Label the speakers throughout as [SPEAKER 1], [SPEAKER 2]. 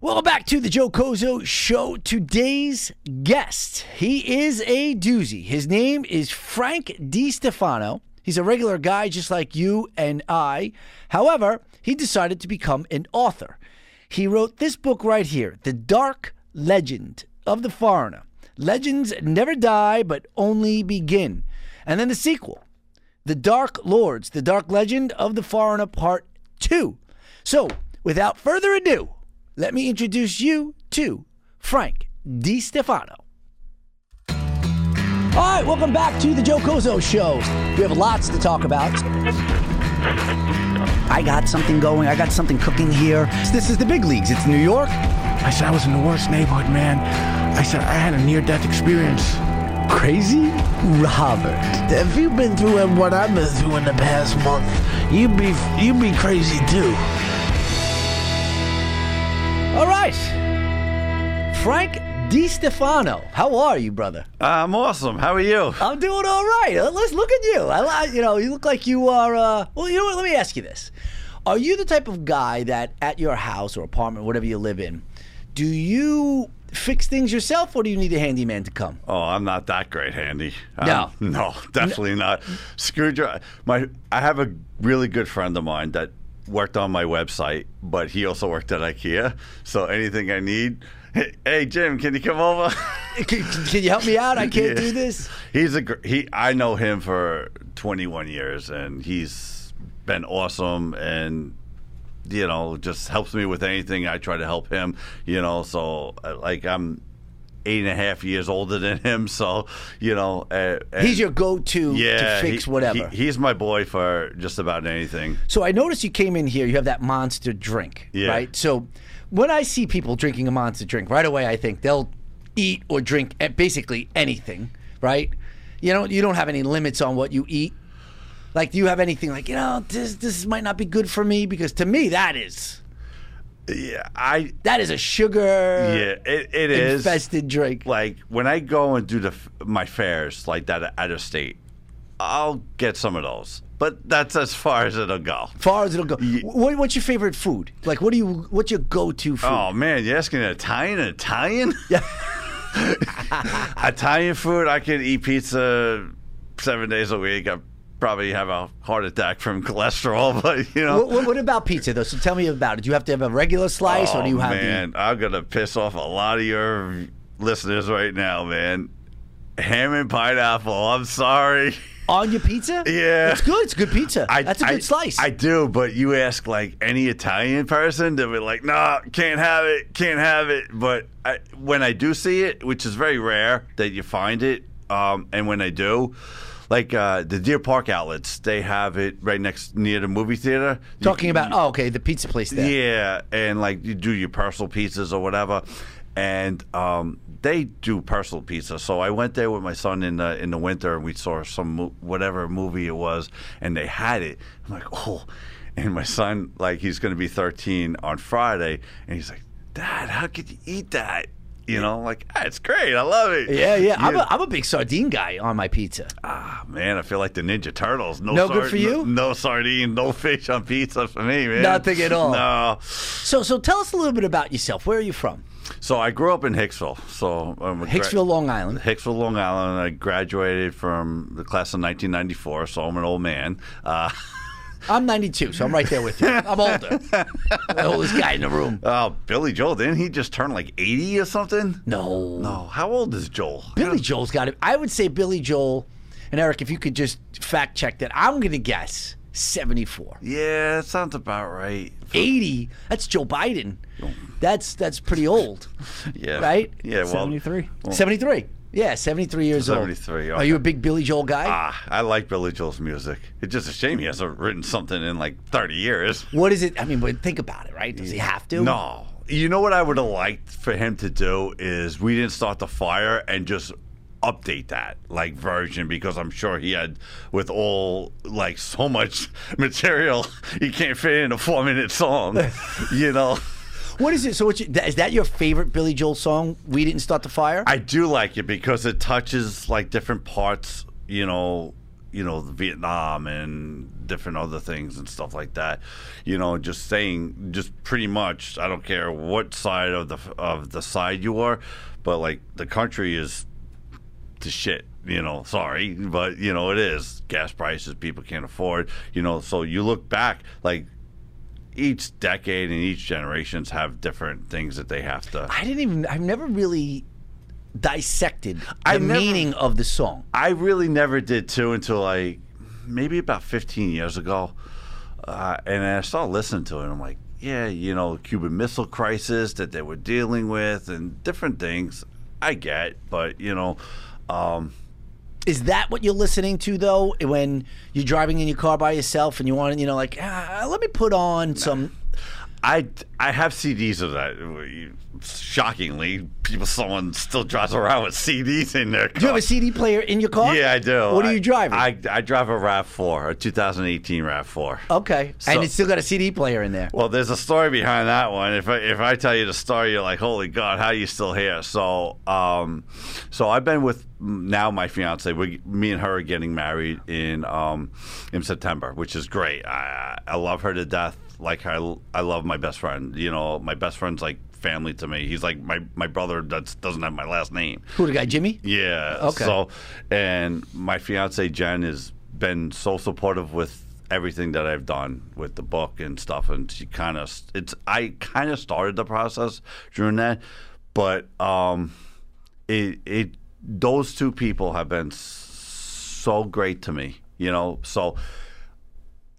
[SPEAKER 1] Welcome back to the Joe Cozo Show. Today's guest, he is a doozy. His name is Frank DiStefano. He's a regular guy just like you and I. However, he decided to become an author. He wrote this book right here The Dark Legend of the Foreigner. Legends never die, but only begin. And then the sequel The Dark Lords, The Dark Legend of the Foreigner Part 2. So, without further ado, let me introduce you to Frank DiStefano. All right, welcome back to the Joe Cozo Show. We have lots to talk about. I got something going. I got something cooking here. This is the big leagues. It's New York.
[SPEAKER 2] I said I was in the worst neighborhood, man. I said I had a near-death experience.
[SPEAKER 1] Crazy Robert.
[SPEAKER 3] If you've been through what I've been through in the past month, you'd be you'd be crazy too.
[SPEAKER 1] All right. Frank DiStefano. How are you, brother?
[SPEAKER 4] I'm awesome. How are you?
[SPEAKER 1] I'm doing all right. Uh, Let's look at you. I, li- you know, you look like you are. Uh, well, you know what? Let me ask you this: Are you the type of guy that at your house or apartment, whatever you live in, do you fix things yourself, or do you need a handyman to come?
[SPEAKER 4] Oh, I'm not that great handy.
[SPEAKER 1] No.
[SPEAKER 4] Um, no, definitely not. Screwdriver. My, I have a really good friend of mine that worked on my website, but he also worked at IKEA. So anything I need, hey, hey Jim, can you come over?
[SPEAKER 1] Can, can you help me out? I can't
[SPEAKER 4] Yeah.
[SPEAKER 1] do this.
[SPEAKER 4] He's a gr- he. I know him for 21 years, and he's been awesome. And you know, just helps me with anything. I try to help him. You know, so uh, like I'm eight and a half years older than him. So you know, uh, and-
[SPEAKER 1] He's your go-to
[SPEAKER 4] yeah,
[SPEAKER 1] to fix
[SPEAKER 4] he-
[SPEAKER 1] whatever.
[SPEAKER 4] he- he's my boy for just about anything.
[SPEAKER 1] So I noticed you came in here. You have that monster drink,
[SPEAKER 4] Yeah.
[SPEAKER 1] right? So when I see people drinking a monster drink, right away I think they'll eat or drink at basically anything, right? You don't you don't have any limits on what you eat. Like, do you have anything like you know this this might not be good for me because to me that is
[SPEAKER 4] Yeah, I.
[SPEAKER 1] that is a sugar
[SPEAKER 4] Yeah, it, it is.
[SPEAKER 1] infested drink.
[SPEAKER 4] like when I go and do the f- my fairs like that out of state, I'll get some of those. But that's as far as it'll go.
[SPEAKER 1] Far as it'll go. What, what's your favorite food? Like, what do you what's your go-to food?
[SPEAKER 4] Oh man, you're asking an Italian, an Italian? Yeah. Italian food. I could eat pizza seven days a week. I probably have a heart attack from cholesterol, but you know.
[SPEAKER 1] What, what, what about pizza though? So tell me about it. Do you have to have a regular slice,
[SPEAKER 4] oh
[SPEAKER 1] or do you have the-
[SPEAKER 4] man, I'm gonna piss off a lot of your listeners right now, man. Ham and pineapple. I'm sorry.
[SPEAKER 1] on your pizza?
[SPEAKER 4] Yeah.
[SPEAKER 1] It's good. It's good pizza.
[SPEAKER 4] I,
[SPEAKER 1] That's a good
[SPEAKER 4] I-
[SPEAKER 1] slice.
[SPEAKER 4] I do, but you ask like any Italian person, they'll be like, "Nah, can't have it, can't have it." But I, when I do see it, which is very rare that you find it, um, and when I do, like uh, the Deer Park outlets, they have it right next near the movie theater. You-
[SPEAKER 1] Talking about, oh, okay, the pizza place there.
[SPEAKER 4] yeah, and like you do your personal pizzas or whatever, and um, they do personal pizza. So I went there with my son in the in the winter, and we saw some mo- whatever movie it was, and they had it. I'm like, oh, and my son like he's going to be 13 on Friday, and he's like, Dad, how could you eat that? You know, I'm like "Ah, it's great. I love it.
[SPEAKER 1] Yeah, yeah. I'm,
[SPEAKER 4] You-
[SPEAKER 1] a, I'm a big sardine guy on my pizza.
[SPEAKER 4] ah, man, I feel like the Ninja Turtles. No,
[SPEAKER 1] No good
[SPEAKER 4] sard-
[SPEAKER 1] for you?
[SPEAKER 4] No, no sardine, no fish on pizza for me, man.
[SPEAKER 1] Nothing at all.
[SPEAKER 4] No.
[SPEAKER 1] So, so tell us a little bit about yourself. Where are you from?
[SPEAKER 4] So I grew up in Hicksville. So I'm a gra-
[SPEAKER 1] Hicksville, Long Island.
[SPEAKER 4] Hicksville, Long Island. I graduated from the class of 1994, so I'm an old man. Uh,
[SPEAKER 1] I'm 92, so I'm right there with you. I'm older. the oldest guy in the room.
[SPEAKER 4] oh, Billy Joel, didn't he just turn like 80 or something?
[SPEAKER 1] No,
[SPEAKER 4] No. How old is Joel?
[SPEAKER 1] Billy Joel's got it. I would say Billy Joel, and Eric, if you could just fact check that, I'm going to guess 74.
[SPEAKER 4] Yeah, that sounds about right.
[SPEAKER 1] 80. That's Joe Biden.
[SPEAKER 4] Oh.
[SPEAKER 1] That's that's pretty old.
[SPEAKER 4] Yeah.
[SPEAKER 1] Right?
[SPEAKER 4] Yeah, well.
[SPEAKER 2] 73.
[SPEAKER 1] 73. Yeah, 73 years old.
[SPEAKER 4] 73,
[SPEAKER 1] Are
[SPEAKER 4] okay.
[SPEAKER 1] you a big Billy Joel guy?
[SPEAKER 4] Ah, I like Billy Joel's music. It's just a shame he hasn't written something in like 30 years.
[SPEAKER 1] What is it? I mean, but think about it, right? Does he have to?
[SPEAKER 4] No. You know what I would have liked for him to do is we didn't start the fire and just update that like version because I'm sure he had with all like so much material you can't fit in a four minute song. you know.
[SPEAKER 1] What is it? So, what's your, that, is that your favorite Billy Joel song? We didn't start the fire.
[SPEAKER 4] I do like it because it touches like different parts, you know, you know, Vietnam and different other things and stuff like that. You know, just saying, just pretty much, I don't care what side of the of the side you are, but like the country is to shit. You know, sorry, but you know it is gas prices people can't afford. You know, so you look back like each decade and each generations have different things that they have to.
[SPEAKER 1] I didn't even. I've never really dissected the
[SPEAKER 4] I never-
[SPEAKER 1] meaning of the song.
[SPEAKER 4] I really never did too until like maybe about 15 years ago, uh, and I started listening to it. and I'm like, yeah, you know, Cuban Missile Crisis that they were dealing with and different things. I get, but you know, um,
[SPEAKER 1] Is that what you're listening to though? When you're driving in your car by yourself and you want, to, you know, like ah, let me put on some.
[SPEAKER 4] I I have CDs of that. Shockingly, people someone still drives around with CDs in their car.
[SPEAKER 1] Do you have a CD player in your car?
[SPEAKER 4] yeah, I do.
[SPEAKER 1] What are
[SPEAKER 4] I-
[SPEAKER 1] you driving?
[SPEAKER 4] I, I drive a Rav4, a 2018 Rav4.
[SPEAKER 1] okay,
[SPEAKER 4] So-
[SPEAKER 1] and it's still got a CD player in there.
[SPEAKER 4] Well, there's a story behind that one. If I, if I tell you the story, you're like, "Holy God, how are you still here?" So, um, so I've been with now my fiance. We, me and her are getting married in um, in September, which is great. I, I love her to death. Like I, I love my best friend. You know, my best friend's like family to me. He's like my my brother that doesn't have my last name.
[SPEAKER 1] Who the guy, Jimmy?
[SPEAKER 4] Yeah.
[SPEAKER 1] Okay.
[SPEAKER 4] So, and my fiance Jen has been so supportive with everything that I've done with the book and stuff, and she kind of it's I kind of started the process during that, but um, it it those two people have been so great to me, you know. So,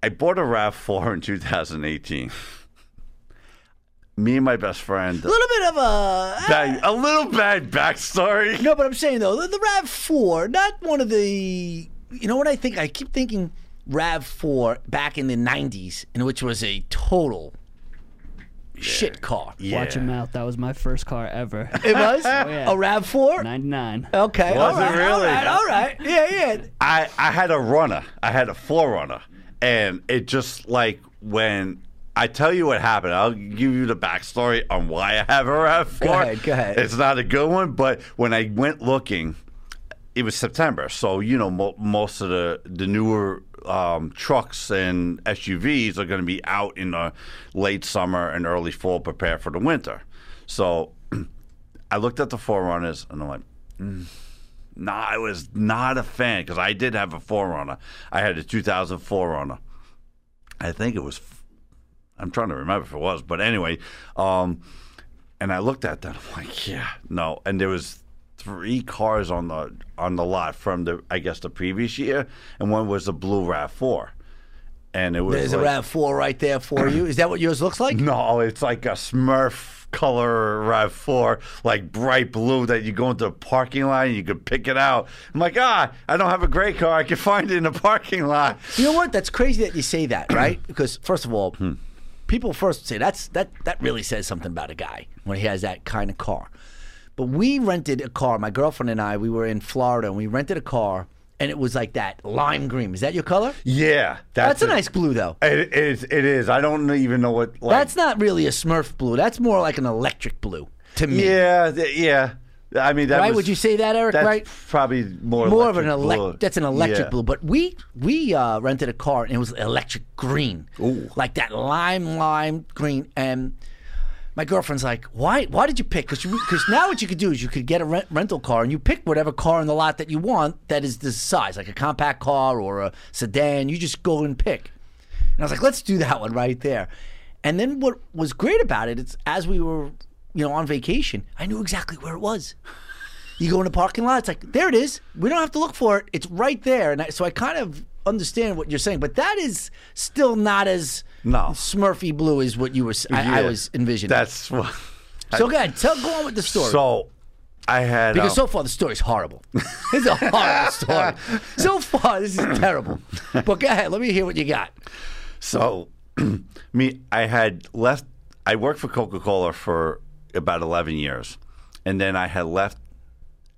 [SPEAKER 4] I bought a Rav Four in 2018. Me and my best friend.
[SPEAKER 1] A little bit of a
[SPEAKER 4] Bad, a little bad backstory.
[SPEAKER 1] No, but I'm saying though, the, the Rav Four, not one of the. You know what I think? I keep thinking Rav Four back in the '90s, in which was a total shit car.
[SPEAKER 5] Watch your mouth. That was my first car ever.
[SPEAKER 1] It was
[SPEAKER 5] yeah.
[SPEAKER 1] a Rav Four.
[SPEAKER 5] 99.
[SPEAKER 1] Okay,
[SPEAKER 4] Was
[SPEAKER 1] all
[SPEAKER 4] it
[SPEAKER 1] right, all
[SPEAKER 4] really?
[SPEAKER 1] right, all right. Yeah, yeah.
[SPEAKER 4] I, I had a runner. I had a forerunner. And it just like when I tell you what happened, I'll give you the backstory on why I have a RAV4.
[SPEAKER 1] Go ahead, go ahead.
[SPEAKER 4] It's not a good one, but when I went looking, it was September. So, you know, mo- most of the, the newer um, trucks and SUVs are going to be out in the late summer and early fall, prepare for the winter. So I looked at the forerunners and I'm like, no, I was not a fan because I did have a Forerunner. I had a 2000 Forerunner. I think it was. I'm trying to remember if it was, but anyway, um, and I looked at that. I'm like, yeah, no. And there was three cars on the on the lot from the I guess the previous year, and one was a blue Rav Four, and it was
[SPEAKER 1] There's a
[SPEAKER 4] like-
[SPEAKER 1] Rav Four right there for you. Is that what yours looks like?
[SPEAKER 4] no, it's like a Smurf color Rav Four, like bright blue that you go into a parking lot and you could pick it out. I'm like, ah, I don't have a gray car. I can find it in a parking lot.
[SPEAKER 1] You know what? That's crazy that you say that, right? because first of all,
[SPEAKER 4] Hmm.
[SPEAKER 1] people first say that's that that really says something about a guy when he has that kind of car. But we rented a car. My girlfriend and I, we were in Florida, and we rented a car, and it was like that lime green. Is that your color?
[SPEAKER 4] Yeah,
[SPEAKER 1] That's, a
[SPEAKER 4] it.
[SPEAKER 1] nice blue, though.
[SPEAKER 4] It is. It is. I don't even know what. Like,
[SPEAKER 1] That's not really a Smurf blue. That's more like an electric blue to me.
[SPEAKER 4] Yeah, th- yeah. I mean, that
[SPEAKER 1] Right?
[SPEAKER 4] was-
[SPEAKER 1] Would you say that, Eric?
[SPEAKER 4] That's
[SPEAKER 1] right?
[SPEAKER 4] probably more
[SPEAKER 1] more of an
[SPEAKER 4] electric
[SPEAKER 1] electric.
[SPEAKER 4] blue.
[SPEAKER 1] That's an electric
[SPEAKER 4] Yeah.
[SPEAKER 1] blue. But we we uh, rented a car and it was electric green, like that lime lime green. And my girlfriend's like, "Why? Why did you pick? Because because now what you could do is you could get a rent, rental car and you pick whatever car in the lot that you want that is this size, like a compact car or a sedan. You just go and pick." And I was like, let's do that one right there. And then what was great about it, it's as we were, you know, on vacation, I knew exactly where it was. You go in the parking lot, it's like, there it is. We don't have to look for it. It's right there. And I, so I kind of understand what you're saying, but that is still not as
[SPEAKER 4] No.
[SPEAKER 1] smurfy blue as what you were, s- I, I
[SPEAKER 4] Yeah.
[SPEAKER 1] was envisioning.
[SPEAKER 4] That's what.
[SPEAKER 1] so go ahead, tell, go on with the story.
[SPEAKER 4] So, I had
[SPEAKER 1] because
[SPEAKER 4] um,
[SPEAKER 1] so far the story's horrible. This is a horrible story. So far, this is terrible. But go ahead, let me hear what you got.
[SPEAKER 4] So, me, I had left. I worked for Coca Cola for about eleven years, and then I had left,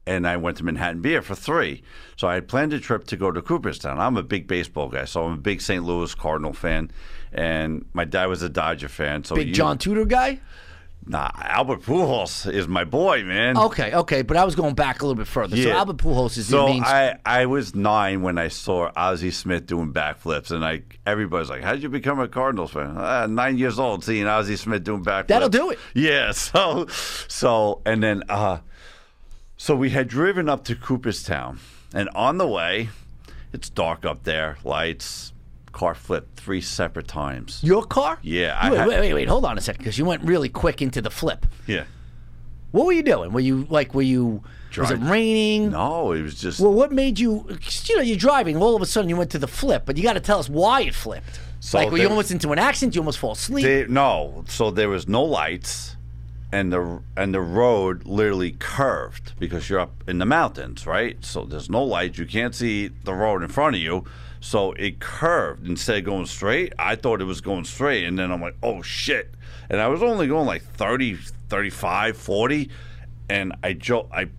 [SPEAKER 4] and I went to Manhattan Beer for three. So I had planned a trip to go to Cooperstown. I'm a big baseball guy, so I'm a big St. Louis Cardinal fan, and my dad was a Dodger fan. So
[SPEAKER 1] Big
[SPEAKER 4] you-
[SPEAKER 1] John Tudor guy?
[SPEAKER 4] Nah, Albert Pujols is my boy, man.
[SPEAKER 1] Okay, okay, but I was going back a little bit further. So
[SPEAKER 4] Yeah.
[SPEAKER 1] Albert Pujols is
[SPEAKER 4] So
[SPEAKER 1] your main.
[SPEAKER 4] I, I was nine when I saw Ozzie Smith doing backflips, and I everybody's like, "How did you become a Cardinals fan?" Uh, nine years old, seeing Ozzie Smith doing backflips.
[SPEAKER 1] That'll do it.
[SPEAKER 4] Yeah. So, so and then, uh, so we had driven up to Cooperstown, and on the way, it's dark up there, lights. Car flipped three separate times.
[SPEAKER 1] your car?
[SPEAKER 4] Yeah, I
[SPEAKER 1] wait,
[SPEAKER 4] had-
[SPEAKER 1] wait, wait, wait. Hold on a second, because you went really quick into the flip.
[SPEAKER 4] Yeah.
[SPEAKER 1] What were you doing? Were you like, were you? Was it
[SPEAKER 4] Driving.
[SPEAKER 1] raining?
[SPEAKER 4] No, it was just
[SPEAKER 1] Well, what made you? 'cause, You know, you're driving. All of a sudden, you went to the flip, but you got to tell us why it flipped.
[SPEAKER 4] So
[SPEAKER 1] like, were you
[SPEAKER 4] there-
[SPEAKER 1] almost into an accident? You almost fall asleep.
[SPEAKER 4] They, no, so there was no lights, and the and the road literally curved because you're up in the mountains, right? So there's no lights. You can't see the road in front of you. So it curved instead of going straight. I thought it was going straight, and then I'm like, oh shit! And I was only going like 30, 35, 40, and I jo- I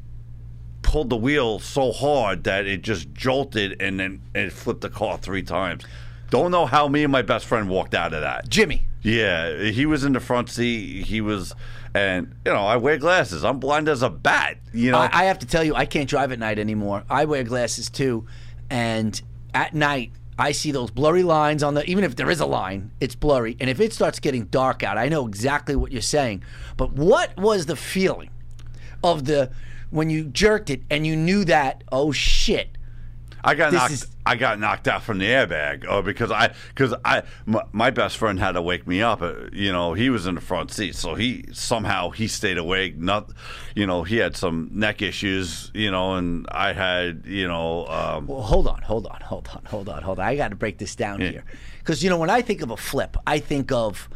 [SPEAKER 4] pulled the wheel so hard that it just jolted, and then it flipped the car three times. Don't know how me and my best friend walked out of that.
[SPEAKER 1] Jimmy.
[SPEAKER 4] Yeah, he was in the front seat. He was, and you know, I wear glasses. I'm blind as a bat. You know,
[SPEAKER 1] I, I have to tell you, I can't drive at night anymore. I wear glasses too, and at night I see those blurry lines on the. Even if there is a line, it's blurry, and if it starts getting dark out, I know exactly what you're saying. But what was the feeling of the when you jerked it and you knew that? Oh shit!
[SPEAKER 4] I got
[SPEAKER 1] This
[SPEAKER 4] knocked.
[SPEAKER 1] is-
[SPEAKER 4] I got knocked out from the airbag. Oh, because I, because I, my, my best friend had to wake me up. Uh, you know, he was in the front seat, so he somehow he stayed awake. Not, you know, he had some neck issues. You know, and I had, you know, um,
[SPEAKER 1] Well, hold on, hold on, hold on, hold on, hold on. I got to break this down
[SPEAKER 4] Yeah.
[SPEAKER 1] here. Because, you know, when I think of a flip, I think of,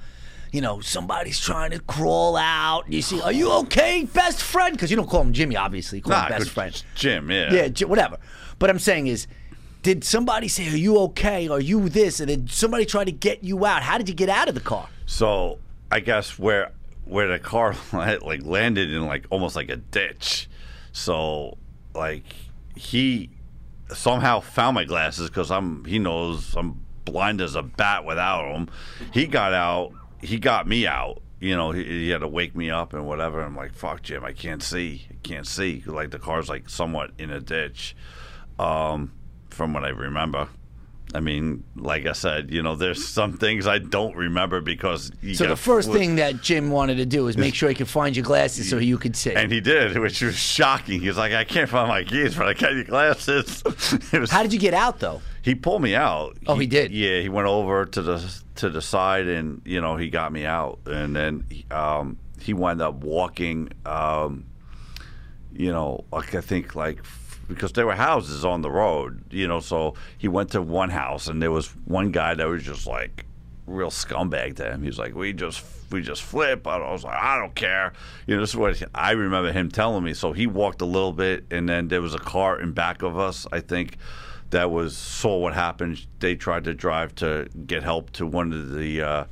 [SPEAKER 1] you know, somebody's trying to crawl out. You see, are you okay, best friend? Because you don't call him Jimmy, obviously. You call
[SPEAKER 4] Oh. nah,
[SPEAKER 1] him best
[SPEAKER 4] good-
[SPEAKER 1] friend.
[SPEAKER 4] Jim. Yeah,
[SPEAKER 1] Yeah, j- whatever. But I'm saying is, did somebody say, are you okay? Are you this? And then somebody tried to get you out. How did you get out of the car?
[SPEAKER 4] So I guess where where the car like landed in like almost like a ditch. So like he somehow found my glasses because I'm he knows I'm blind as a bat without them. He got out. He got me out. You know, he, he had to wake me up and whatever. I'm like, fuck, Jim, I can't see. I can't see. Like the car's like somewhat in a ditch, um, from what I remember. I mean, like I said, you know, there's some things I don't remember because you
[SPEAKER 1] So the
[SPEAKER 4] got
[SPEAKER 1] first
[SPEAKER 4] flipped.
[SPEAKER 1] thing that Jim wanted to do is make sure he could find your glasses so you could see.
[SPEAKER 4] And he did, which was shocking. He was like, "I can't find my keys, but I got your glasses." it was
[SPEAKER 1] How did you get out, though?
[SPEAKER 4] He pulled me out.
[SPEAKER 1] Oh, he did?
[SPEAKER 4] Yeah, he went over to the to the side, and you know he got me out, and then um, he wound up walking. Um, you know, like I think like f- because there were houses on the road, you know, so he went to one house, and there was one guy that was just like real scumbag to him. He was like, "We just." We just flip. I was like, I don't care. You know, this is what I remember him telling me. So he walked a little bit, and then there was a car in back of us. I think that was saw what happened. They tried to drive to get help to one of the uh,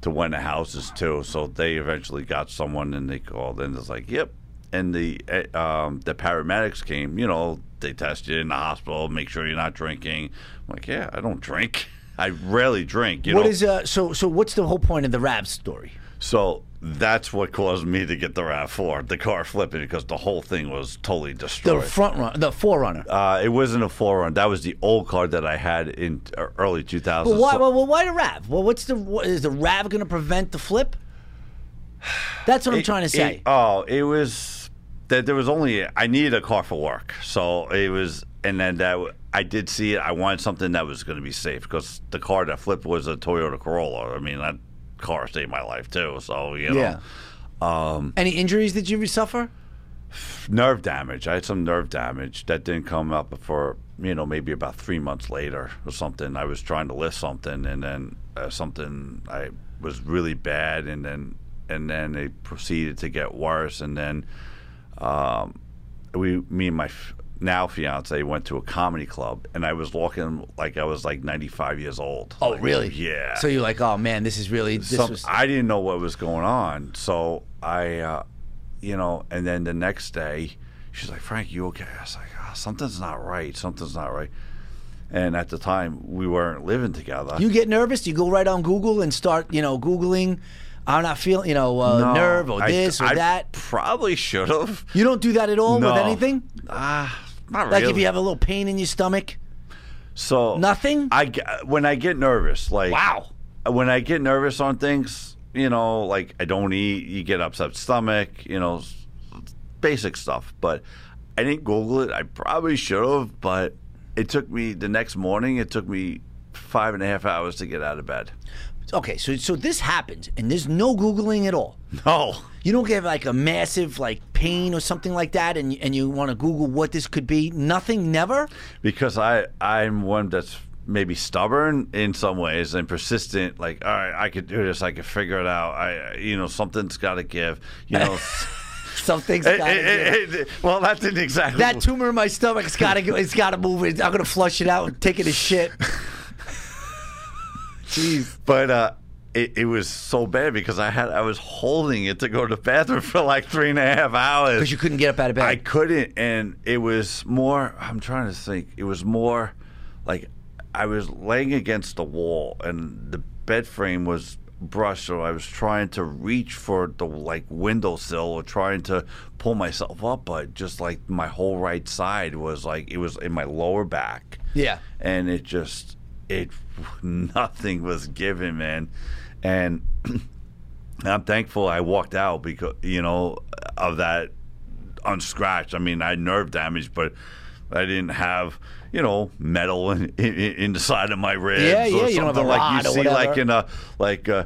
[SPEAKER 4] to one of the houses too. So they eventually got someone, and they called, and it's like, yep. And the uh, um, the paramedics came. You know, they test you in the hospital, make sure you're not drinking. I'm like, yeah, I don't drink. I rarely drink. You
[SPEAKER 1] What
[SPEAKER 4] know,
[SPEAKER 1] is uh, so? So what's the whole point of the Rab story?
[SPEAKER 4] so that's what caused me to get the Rav Four, the car flipping, because the whole thing was totally
[SPEAKER 1] The
[SPEAKER 4] destroyed.
[SPEAKER 1] front run, the forerunner.
[SPEAKER 4] uh, it wasn't a four run. That was the old car that I had in uh, early 2000s.
[SPEAKER 1] But why,
[SPEAKER 4] So-
[SPEAKER 1] well, well, why the Rav? Well, what's the what, is the Rav going to prevent the flip? That's what I'm
[SPEAKER 4] It-
[SPEAKER 1] trying to
[SPEAKER 4] it-
[SPEAKER 1] say.
[SPEAKER 4] oh, it was that there was only I needed a car for work, so it was, and then that w- I did see it. I wanted something that was going to be safe because the car that flipped was a Toyota Corolla. I mean, that car saved my life too. So you know, um,
[SPEAKER 1] Yeah. Any injuries did you suffer?
[SPEAKER 4] nerve damage. I had some nerve damage that didn't come up for you know maybe about three months later or something. I was trying to lift something and then uh, something I was really bad and then and then it proceeded to get worse and then um, we me and my f- now fiance went to a comedy club and I was walking like I was like 95 years old.
[SPEAKER 1] Oh,
[SPEAKER 4] Like,
[SPEAKER 1] really?
[SPEAKER 4] Yeah.
[SPEAKER 1] So you're like, oh man, this is really this
[SPEAKER 4] Some-
[SPEAKER 1] was.
[SPEAKER 4] I didn't know what was going on. So I, uh, you know, and then the next day, she's like, Frank, you okay? I was like, "Ah, something's not right. Something's not right. And at the time, we weren't living together.
[SPEAKER 1] you get nervous. You go right on Google and start, you know, googling. I'm not feeling, you know, uh,
[SPEAKER 4] No,
[SPEAKER 1] nerve or
[SPEAKER 4] I-
[SPEAKER 1] this or
[SPEAKER 4] I
[SPEAKER 1] that.
[SPEAKER 4] Probably should have.
[SPEAKER 1] You don't do that at all
[SPEAKER 4] No.
[SPEAKER 1] with anything?
[SPEAKER 4] Ah, not
[SPEAKER 1] Like
[SPEAKER 4] really.
[SPEAKER 1] if you have a little pain in your stomach?
[SPEAKER 4] so
[SPEAKER 1] Nothing?
[SPEAKER 4] I g- when I get nervous, like
[SPEAKER 1] Wow.
[SPEAKER 4] when I get nervous on things, you know, like I don't eat, you get upset stomach, you know, s- basic stuff. But I didn't Google it. I probably should have, but it took me the next morning. It took me five and a half hours to get out of bed.
[SPEAKER 1] Okay, so so this happens and there's no Googling at all.
[SPEAKER 4] No,
[SPEAKER 1] You don't get like a massive like pain or something like that and, and you want to Google what this could be? Nothing, never?
[SPEAKER 4] because I I'm one that's maybe stubborn in some ways and persistent. Like, all right, I could do this. I could figure it out. I you know something's got to give. You know.
[SPEAKER 1] Something's
[SPEAKER 4] It-
[SPEAKER 1] got to
[SPEAKER 4] it- it- it- well, that didn't exactly.
[SPEAKER 1] That tumor in my stomach's got to go. It's got to move. It's, I'm gonna flush it out and take it a shit. Jeez.
[SPEAKER 4] but uh, it, it was so bad because I had I was holding it to go to the bathroom for like three and a half hours.
[SPEAKER 1] Because you couldn't get up out of bed.
[SPEAKER 4] I couldn't, and it was more. I'm trying to think. It was more like I was laying against the wall, and the bed frame was brushed, so I was trying to reach for the like windowsill or trying to pull myself up, but just like my whole right side was like it was in my lower back
[SPEAKER 1] yeah.
[SPEAKER 4] and it just it nothing was given man and i'm thankful i walked out because you know of that unscratched i mean i had nerve damage but i didn't have you know metal in, in, in the side of my ribs
[SPEAKER 1] Yeah, yeah,
[SPEAKER 4] or
[SPEAKER 1] you
[SPEAKER 4] something
[SPEAKER 1] don't have a
[SPEAKER 4] like
[SPEAKER 1] rod
[SPEAKER 4] you
[SPEAKER 1] or
[SPEAKER 4] see like
[SPEAKER 1] whatever.
[SPEAKER 4] in a like uh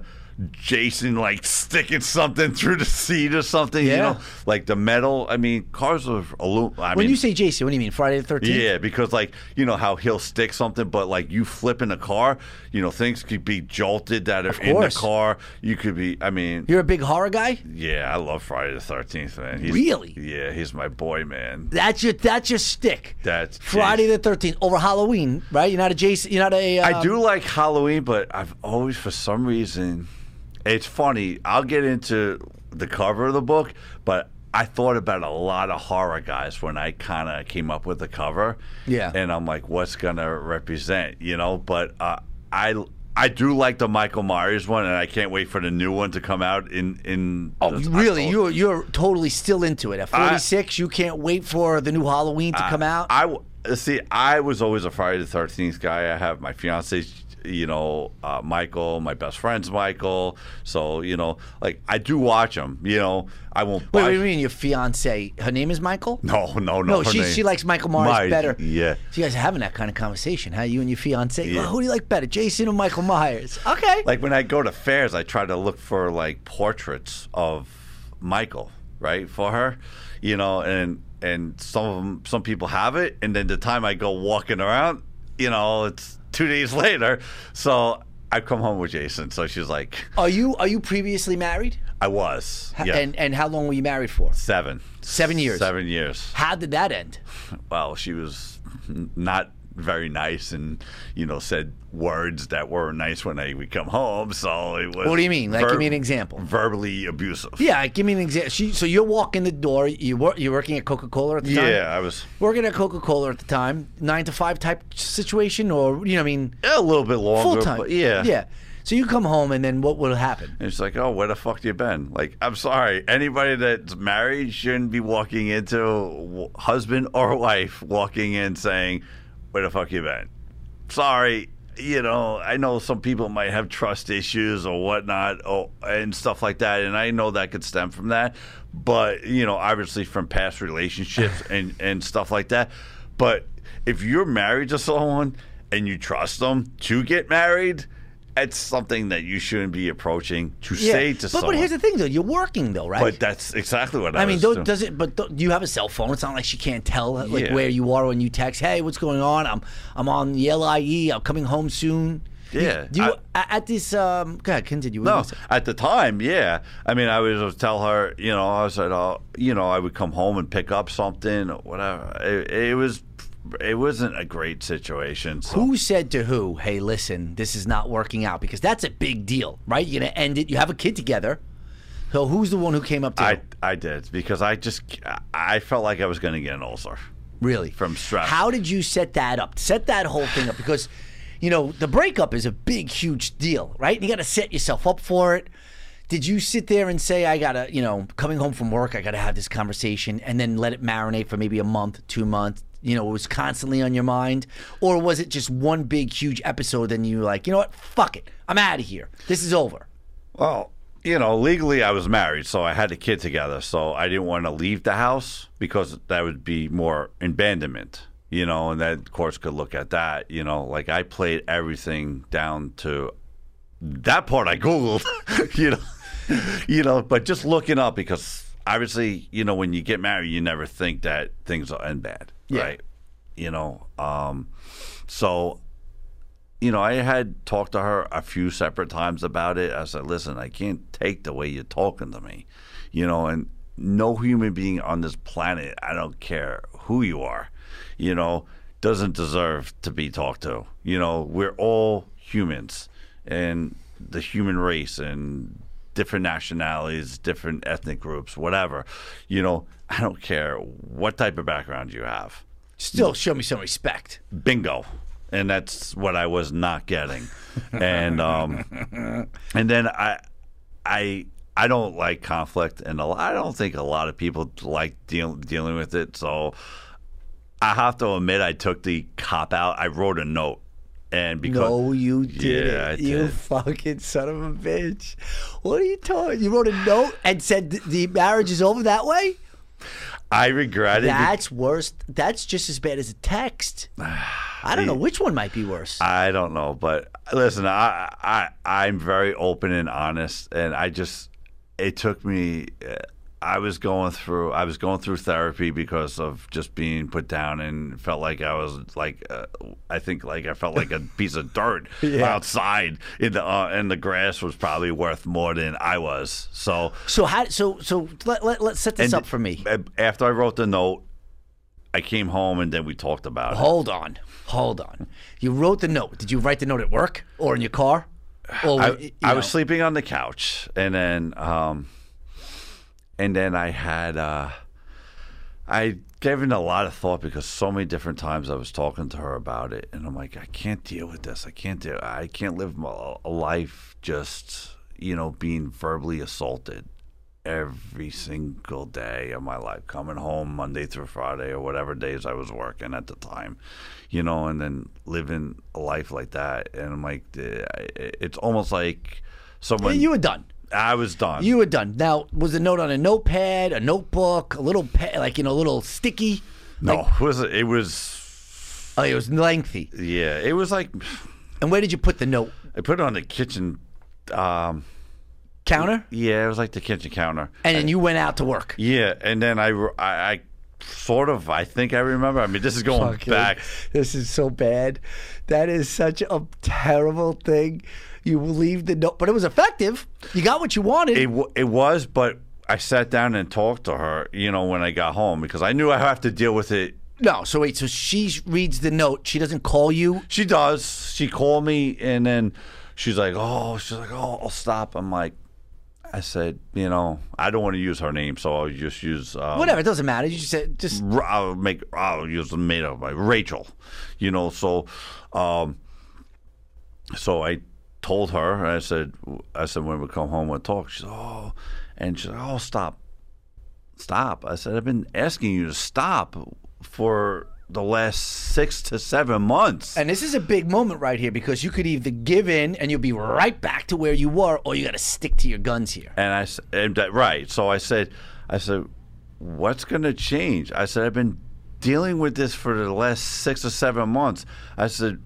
[SPEAKER 4] jason like sticking something through the seat or something you
[SPEAKER 1] Yeah.
[SPEAKER 4] know like the metal i mean cars are aluminum i
[SPEAKER 1] When
[SPEAKER 4] mean
[SPEAKER 1] you say Jason, what do you mean? Friday the 13th?
[SPEAKER 4] yeah, because like you know how he'll stick something, but like you flip in a car, you know things could be jolted that are in the
[SPEAKER 1] course.
[SPEAKER 4] car. You could be. I mean,
[SPEAKER 1] You're a big horror guy?
[SPEAKER 4] yeah, I love Friday the Thirteenth, man. He's,
[SPEAKER 1] Really?
[SPEAKER 4] Yeah, he's my boy, man.
[SPEAKER 1] That's your that's your stick.
[SPEAKER 4] That's
[SPEAKER 1] Friday
[SPEAKER 4] Jason.
[SPEAKER 1] the 13th over Halloween, right? You're not a Jason. You're not a. Um,
[SPEAKER 4] I do like Halloween, but I've always, for some reason, it's funny. I'll get into the cover of the book, but I thought about a lot of horror guys when I kind of came up with the cover.
[SPEAKER 1] Yeah.
[SPEAKER 4] And I'm like, what's going to represent, you know? But uh, I. I do like the Michael Myers one, and I can't wait for the new one to come out in in.
[SPEAKER 1] Oh, really? You're you're totally still into it. At 46, you can't wait for the new Halloween to come out.
[SPEAKER 4] I w- see. I was always a Friday the Thirteenth guy. I have my fiance, you know, uh, Michael. My best friend's Michael. So you know, like I do watch them. You know, I won't.
[SPEAKER 1] wait,
[SPEAKER 4] buy-
[SPEAKER 1] what do you mean? Your fiance? Her name is Michael.
[SPEAKER 4] No, no, no.
[SPEAKER 1] No,
[SPEAKER 4] her
[SPEAKER 1] she
[SPEAKER 4] name-
[SPEAKER 1] she likes Michael Myers
[SPEAKER 4] My-
[SPEAKER 1] better.
[SPEAKER 4] Yeah.
[SPEAKER 1] So you guys are having that kind of conversation, huh? You and your fiance.
[SPEAKER 4] Yeah.
[SPEAKER 1] Well, who do you like better, Jason or Michael Myers? Okay.
[SPEAKER 4] Like when I go to fairs, I try to look for like portraits of Michael, right, for her, you know, and and some of 'em- some people have it, and then the time I go walking around, you know, it's two days later, so I come home with Jason. So she's like,
[SPEAKER 1] are you are you previously married?
[SPEAKER 4] I was,
[SPEAKER 1] H-
[SPEAKER 4] yeah,
[SPEAKER 1] And and how long were you married for?
[SPEAKER 4] seven,
[SPEAKER 1] Seven years.
[SPEAKER 4] seven years.
[SPEAKER 1] How did that end?
[SPEAKER 4] Well, she was n- not very nice, and you know, said words that were nice when I would come home. So it was.
[SPEAKER 1] What do you mean? Like, give me an example.
[SPEAKER 4] Verbally abusive.
[SPEAKER 1] Yeah, give me an example. She, so you're walking the door. You wor- you're working at Coca Cola at the time.
[SPEAKER 4] Yeah, I was
[SPEAKER 1] Working at Coca Cola at the time, nine to five type situation, or you know, what I mean,
[SPEAKER 4] a little bit longer.
[SPEAKER 1] full time.
[SPEAKER 4] But yeah.
[SPEAKER 1] yeah. So you come home, and then what will happen?
[SPEAKER 4] And it's like, oh, where the fuck you been? Like, I'm sorry. Anybody that's married shouldn't be walking into w- husband or wife walking in saying, where the fuck you been? Sorry. You know, I know some people might have trust issues or whatnot or, and stuff like that. And I know that could stem from that. But, you know, obviously from past relationships and, and stuff like that. But if you're married to someone and you trust them to get married, it's something that you shouldn't be approaching to say to
[SPEAKER 1] but,
[SPEAKER 4] someone.
[SPEAKER 1] But here's the thing, though. You're working, though, right?
[SPEAKER 4] But that's exactly what I,
[SPEAKER 1] I mean,
[SPEAKER 4] was
[SPEAKER 1] do
[SPEAKER 4] doing.
[SPEAKER 1] does it? But do you have a cell phone. It's not like she can't tell like
[SPEAKER 4] Yeah.
[SPEAKER 1] where you are when you text. Hey, what's going on? I'm I'm on the LIE. I'm coming home soon.
[SPEAKER 4] Yeah,
[SPEAKER 1] Do you,
[SPEAKER 4] I-
[SPEAKER 1] a- at this? Um, go ahead, continue. What were
[SPEAKER 4] No,
[SPEAKER 1] you gonna say?
[SPEAKER 4] Oh, at the time, yeah. I mean, I would just tell her, you know, I said, oh, you know, I would come home and pick up something or whatever. It, it was, it wasn't a great situation. So.
[SPEAKER 1] Who said to who? Hey, listen, this is not working out because that's a big deal, right? You're gonna end it. You have a kid together. So who's the one who came up to?
[SPEAKER 4] I
[SPEAKER 1] you?
[SPEAKER 4] I did because I just I felt like I was going to get an ulcer.
[SPEAKER 1] Really?
[SPEAKER 4] From stress.
[SPEAKER 1] How did you set that up? Set that whole thing up because, you know, the breakup is a big, huge deal, right? And you got to set yourself up for it. Did you sit there and say, I gotta, you know, coming home from work, I gotta have this conversation, and then let it marinate for maybe a month, two months? You know, it was constantly on your mind, or was it just one big, huge episode? And you were like, you know what? Fuck it, I'm out of here. This is over.
[SPEAKER 4] Well, you know, legally I was married, so I had a kid together, so I didn't want to leave the house because that would be more abandonment, you know, and that courts could look at that, you know, like I played everything down to that part I googled, you know, you know, but just looking up because obviously, you know, when you get married, you never think that things will end bad, right? You know, um, so you know, I had talked to her a few separate times about it. I said, listen, I can't take the way you're talking to me, you know, and no human being on this planet, I don't care who you are, you know, doesn't deserve to be talked to. You know, we're all humans and the human race and different nationalities, different ethnic groups, whatever. You know, I don't care what type of background you have
[SPEAKER 1] Still, show me some respect.
[SPEAKER 4] bingo and that's what i was not getting and um and then i i i don't like conflict and a, lo- i don't think a lot of people like deal, dealing with it so i have to admit i took the cop out i wrote a note and because
[SPEAKER 1] No, you did
[SPEAKER 4] Yeah, I
[SPEAKER 1] it. You
[SPEAKER 4] did.
[SPEAKER 1] fucking son of a bitch. What are you talking? You wrote a note and said th- the marriage is over that way?
[SPEAKER 4] i regretted it
[SPEAKER 1] That's worse. That's just as bad as a text.
[SPEAKER 4] Ah,
[SPEAKER 1] I don't know which one might be worse.
[SPEAKER 4] I don't know, but listen, I I I'm very open and honest, and I just it took me. uh, I was going through I was going through therapy because of just being put down and felt like I was like uh, I think like I felt like a piece of dirt outside in the uh, and the grass was probably worth more than I was. So
[SPEAKER 1] So how? So so let, let let's set this
[SPEAKER 4] and
[SPEAKER 1] up for me.
[SPEAKER 4] a- After I wrote the note, I came home and then we talked about it.
[SPEAKER 1] Hold on, hold on. You wrote the note. Did you write the note at work or in your car? Or
[SPEAKER 4] I,
[SPEAKER 1] you
[SPEAKER 4] I
[SPEAKER 1] know,
[SPEAKER 4] was sleeping on the couch, and then um, and then I had uh, I gave it a lot of thought because so many different times I was talking to her about it, and I'm like, I can't deal with this. I can't do. I can't live my, a life just you know being verbally assaulted every single day of my life coming home monday through friday or whatever days i was working at the time you know and then living a life like that and i'm like eh, I- it's almost like someone
[SPEAKER 1] You were done.
[SPEAKER 4] i was done
[SPEAKER 1] You were done. Now was the note on a notepad, a notebook, a little pe- like you know, a little sticky.
[SPEAKER 4] no it was it was
[SPEAKER 1] Oh, it was lengthy.
[SPEAKER 4] yeah it was like
[SPEAKER 1] And where did you put the note?
[SPEAKER 4] i put it on the kitchen um
[SPEAKER 1] Counter.
[SPEAKER 4] yeah it was like the kitchen counter
[SPEAKER 1] And then you went out to work.
[SPEAKER 4] yeah and then i re- i, I sort of i think i remember i mean this is going
[SPEAKER 1] Fucking-
[SPEAKER 4] back
[SPEAKER 1] This is so bad. That is such a terrible thing. You leave the note, but it was effective. You got what you wanted.
[SPEAKER 4] It w- it was, but I sat down and talked to her. You know, when I got home because I knew I have to deal with it.
[SPEAKER 1] no, so wait. So she reads the note. She doesn't call you.
[SPEAKER 4] She does. She called me and then she's like, "Oh, she's like, oh, I'll stop." I'm like, I said, you know, I don't want to use her name, so I'll just use um,
[SPEAKER 1] Whatever. It doesn't matter. You just said just.
[SPEAKER 4] R- I'll make I'll use the made up by Rachel, you know. So, um, so I told her and I said I said when we come home we'll talk. She's oh, and she's like oh stop, stop. I said I've been asking you to stop for the last six to seven months.
[SPEAKER 1] And this is a big moment right here because you could either give in and you'll be right back to where you were, or you got to stick to your guns here.
[SPEAKER 4] And I s- and that, right. So I said, I said, what's going to change? I said, I've been dealing with this for the last six or seven months. I said,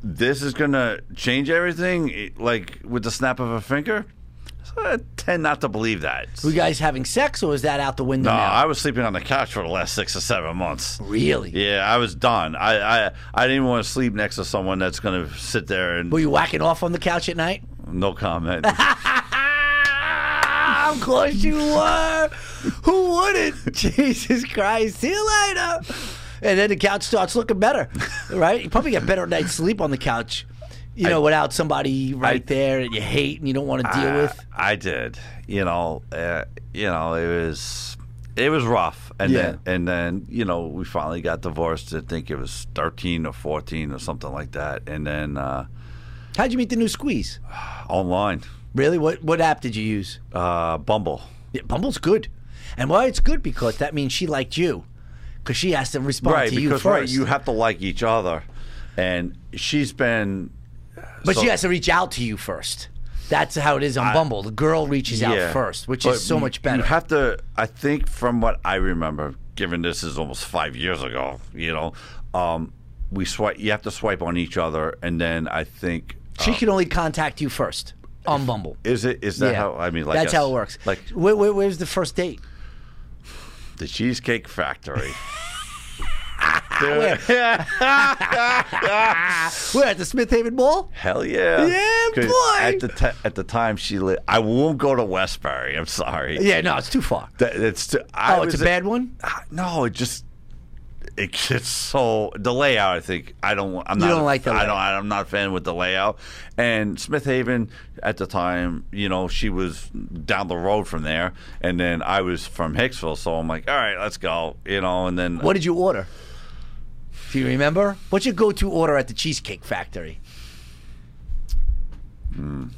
[SPEAKER 4] this is going to change everything, eh, like with the snap of a finger. So I tend not to believe that.
[SPEAKER 1] Were you guys having sex, or is that out the window
[SPEAKER 4] No,
[SPEAKER 1] now?
[SPEAKER 4] I was sleeping on the couch for the last six or seven months.
[SPEAKER 1] really?
[SPEAKER 4] Yeah, I was done. I I, I didn't want to sleep next to someone that's going to sit there and
[SPEAKER 1] Were you whacking off on the couch at night?
[SPEAKER 4] no comment.
[SPEAKER 1] Ah, of course you were. Who wouldn't? Jesus Christ. See you later. And then the couch starts looking better, right? You probably get better night's sleep on the couch, you know, without somebody right
[SPEAKER 4] I- Ah.
[SPEAKER 1] there that you hate and you don't want to deal
[SPEAKER 4] I-
[SPEAKER 1] with.
[SPEAKER 4] I did. You know, uh, you know, it was it was rough, and
[SPEAKER 1] Yeah.
[SPEAKER 4] then and then you know we finally got divorced. I think it was thirteen or fourteen or something like that, and then uh,
[SPEAKER 1] How'd you meet the new squeeze?
[SPEAKER 4] online.
[SPEAKER 1] Really? What what app did you use?
[SPEAKER 4] Uh, Bumble.
[SPEAKER 1] Yeah, Bumble's good. And why it's good because that means she liked you. Because she has to respond
[SPEAKER 4] right,
[SPEAKER 1] to
[SPEAKER 4] because
[SPEAKER 1] you first.
[SPEAKER 4] right, you have to like each other, and she's been.
[SPEAKER 1] but
[SPEAKER 4] so-
[SPEAKER 1] she has to reach out to you first. That's how it is on Bumble. The girl reaches out first, which
[SPEAKER 4] but
[SPEAKER 1] is so
[SPEAKER 4] you-
[SPEAKER 1] much better.
[SPEAKER 4] You have to, I think, from what I remember, given this is almost five years ago, you know, um, we swipe. You have to swipe on each other, and then I think
[SPEAKER 1] she can only contact you first on Bumble.
[SPEAKER 4] is it is that
[SPEAKER 1] Yeah.
[SPEAKER 4] how? I mean, like
[SPEAKER 1] that's
[SPEAKER 4] a-
[SPEAKER 1] how it works.
[SPEAKER 4] Like
[SPEAKER 1] where, where, where's the first date?
[SPEAKER 4] the Cheesecake Factory.
[SPEAKER 1] We're at the Smith Haven Mall.
[SPEAKER 4] Hell yeah!
[SPEAKER 1] Yeah,
[SPEAKER 4] 'Cause
[SPEAKER 1] boy.
[SPEAKER 4] At the ti- at the time, she lived. I won't go to Westbury. I'm sorry.
[SPEAKER 1] Yeah, no, it's too far.
[SPEAKER 4] That, it's too, I
[SPEAKER 1] Oh, it's a
[SPEAKER 4] was-
[SPEAKER 1] bad one.
[SPEAKER 4] Ah, No, it just it gets so the layout. I think I don't. I'm
[SPEAKER 1] You
[SPEAKER 4] not.
[SPEAKER 1] don't like the
[SPEAKER 4] I
[SPEAKER 1] layout.
[SPEAKER 4] don't. I'm not a fan with the layout. And Smith Haven at the time, you know, she was down the road from there, and then I was from Hicksville, so I'm like, all right, let's go, you know. And then
[SPEAKER 1] What did you order? Do you remember? What's your go-to order at the Cheesecake Factory?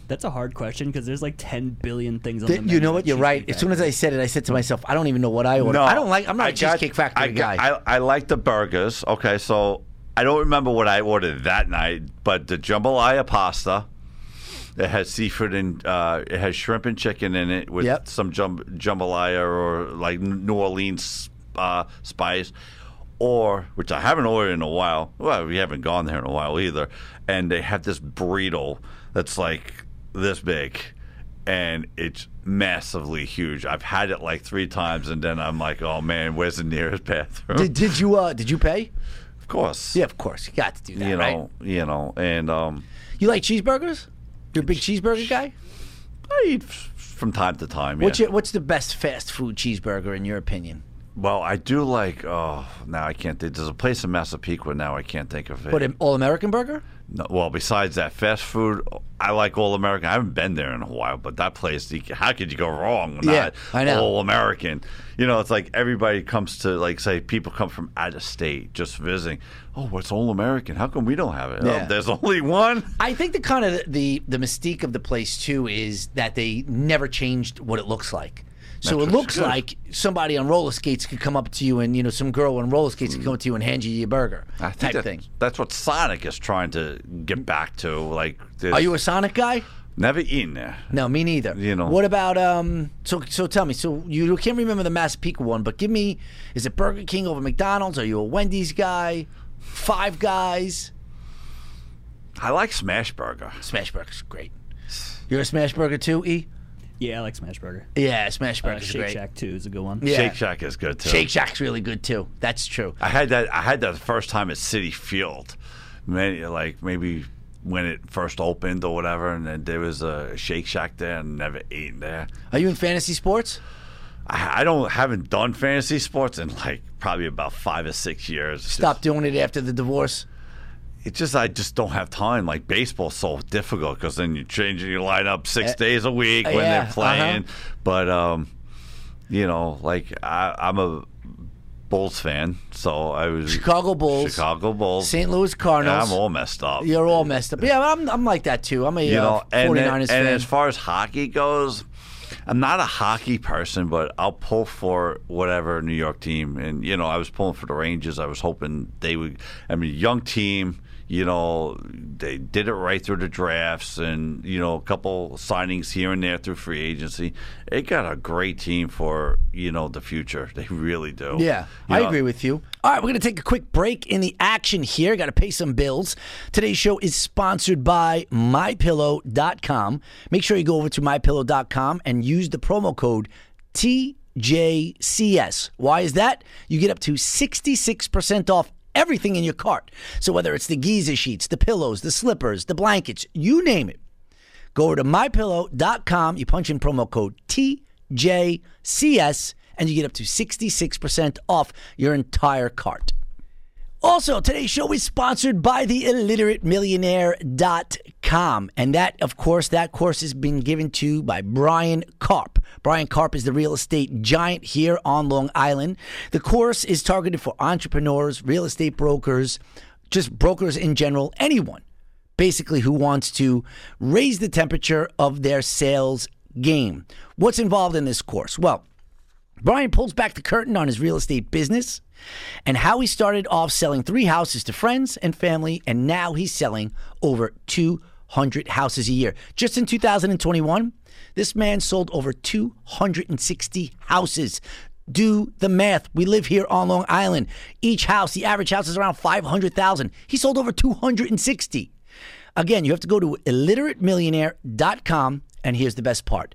[SPEAKER 5] That's a hard question because there's like 10 billion things on the
[SPEAKER 1] Th-
[SPEAKER 5] menu
[SPEAKER 1] you know
[SPEAKER 5] at
[SPEAKER 1] what? You're
[SPEAKER 5] Cheesecake
[SPEAKER 1] right. As soon as I
[SPEAKER 5] Factory.
[SPEAKER 1] said it, I said to myself, I don't even know what I ordered.
[SPEAKER 4] No,
[SPEAKER 1] I don't like. I'm not
[SPEAKER 4] I
[SPEAKER 1] a
[SPEAKER 4] got-
[SPEAKER 1] Cheesecake Factory
[SPEAKER 4] I got-
[SPEAKER 1] guy.
[SPEAKER 4] I, I like the burgers. Okay, so I don't remember what I ordered that night, but the jambalaya pasta. It has seafood and uh, it has shrimp and chicken in it with
[SPEAKER 1] Yep.
[SPEAKER 4] some jum- jambalaya or like New Orleans uh, spice, or which I haven't ordered in a while. Well, we haven't gone there in a while either. And they have this burrito that's like this big, and it's massively huge. I've had it like three times, and then I'm like, oh man, where's the nearest bathroom?
[SPEAKER 1] did, did you? Uh, did you pay?
[SPEAKER 4] of course,
[SPEAKER 1] Yeah, of course. You got to do that,
[SPEAKER 4] You know,
[SPEAKER 1] right?
[SPEAKER 4] you know, and um,
[SPEAKER 1] You like cheeseburgers? You're a big cheeseburger guy.
[SPEAKER 4] I eat f- from time to time.
[SPEAKER 1] What's
[SPEAKER 4] yeah.
[SPEAKER 1] your, What's the best fast food cheeseburger in your opinion?
[SPEAKER 4] Well, I do like. Oh, now I can't think. There's a place in Massapequa now. I can't think of it.
[SPEAKER 1] What an all American burger?
[SPEAKER 4] No, well, besides that fast food, I like All American. I haven't been there in a while, but that place. you- How could you go wrong? With
[SPEAKER 1] Yeah,
[SPEAKER 4] that?
[SPEAKER 1] I know.
[SPEAKER 4] All American. You know, it's like everybody comes to like say people come from out of state just visiting. Oh, what's All American? How come we don't have it? Oh,
[SPEAKER 1] Yeah.
[SPEAKER 4] there's only one.
[SPEAKER 1] I think the kind of the the mystique of the place too is that they never changed what it looks like. So
[SPEAKER 4] That's
[SPEAKER 1] it
[SPEAKER 4] what's
[SPEAKER 1] looks
[SPEAKER 4] good.
[SPEAKER 1] like somebody on roller skates could come up to you and you know some girl on roller skates could come up to you and hand you your burger
[SPEAKER 4] I
[SPEAKER 1] type
[SPEAKER 4] think that-
[SPEAKER 1] thing.
[SPEAKER 4] That's what Sonic is trying to get back to. Like, this-
[SPEAKER 1] Are you a Sonic guy?
[SPEAKER 4] never eaten there?
[SPEAKER 1] No, me neither.
[SPEAKER 4] You know.
[SPEAKER 1] What about um? So so tell me. So you can't remember the Massapequa one, but give me. Is it Burger King over McDonald's? Are you a Wendy's guy? Five Guys.
[SPEAKER 4] I like Smash Burger.
[SPEAKER 1] Smash Burger's great. You're a Smash Burger too, E.
[SPEAKER 5] Yeah, I like Smash Burger.
[SPEAKER 1] Yeah, Smash
[SPEAKER 5] Uh,
[SPEAKER 1] Burger's
[SPEAKER 5] Shake
[SPEAKER 1] great.
[SPEAKER 5] Shack, too, is a good one.
[SPEAKER 1] Yeah.
[SPEAKER 4] Shake Shack is good too.
[SPEAKER 1] Shake Shack's really good too. That's true.
[SPEAKER 4] I had that. I had that the first time at City Field, many, like maybe when it first opened or whatever, and then there was a Shake Shack there, and never eaten there.
[SPEAKER 1] Are you in fantasy sports?
[SPEAKER 4] I, I don't haven't done fantasy sports in like probably about five or six years. It's
[SPEAKER 1] Stop doing it after the divorce.
[SPEAKER 4] just- It's just I just don't have time. Like baseball's so difficult because then you're changing your lineup six days a week when
[SPEAKER 1] Eh, yeah, uh-huh.
[SPEAKER 4] they're playing. But um, you know, like I, I'm a Bulls fan, so I was
[SPEAKER 1] Chicago Bulls,
[SPEAKER 4] Chicago Bulls.
[SPEAKER 1] St. Louis
[SPEAKER 4] Yeah,
[SPEAKER 1] Cardinals.
[SPEAKER 4] I'm all messed up.
[SPEAKER 1] You're all messed up. Yeah, I'm, I'm like that too. I'm a
[SPEAKER 4] you know,
[SPEAKER 1] uh,
[SPEAKER 4] and,
[SPEAKER 1] 49ers
[SPEAKER 4] then-
[SPEAKER 1] fan.
[SPEAKER 4] and as far as hockey goes, I'm not a hockey person, but I'll pull for whatever New York team. And you know, I was pulling for the Rangers. I was hoping they would. I mean, young team. You know, they did it right through the drafts, and you know, a couple signings here and there through free agency. It got a great team for you know the future. They really do.
[SPEAKER 1] Yeah,
[SPEAKER 4] You
[SPEAKER 1] I
[SPEAKER 4] know,
[SPEAKER 1] agree with you. All right, we're going to take a quick break in the action here. Got to pay some bills. Today's show is sponsored by mypillow.com. Make sure you go over to mypillow.com and use the promo code TJCS. Why is that? You get up to 66% off everything in your cart. So whether it's the Giza sheets, the pillows, the slippers, the blankets, you name it. Go over to mypillow.com, you punch in promo code TJCS, and you get up to 66% off your entire cart. Also, today's show is sponsored by the illiteratemillionaire.com. And that, of course, that course has been given to by Brian Karp. Brian Karp is the real estate giant here on Long Island. The course is targeted for entrepreneurs, real estate brokers, just brokers in general, anyone basically who wants to raise the temperature of their sales game. What's involved in this course? Well, Brian pulls back the curtain on his real estate business and how he started off selling three houses to friends and family, and now he's selling over 200 houses a year. Just in 2021, this man sold over 260 houses. Do the math. We live here on Long Island. Each house, the average house is around 500,000. He sold over 260. Again, you have to go to illiteratemillionaire.com, and here's the best part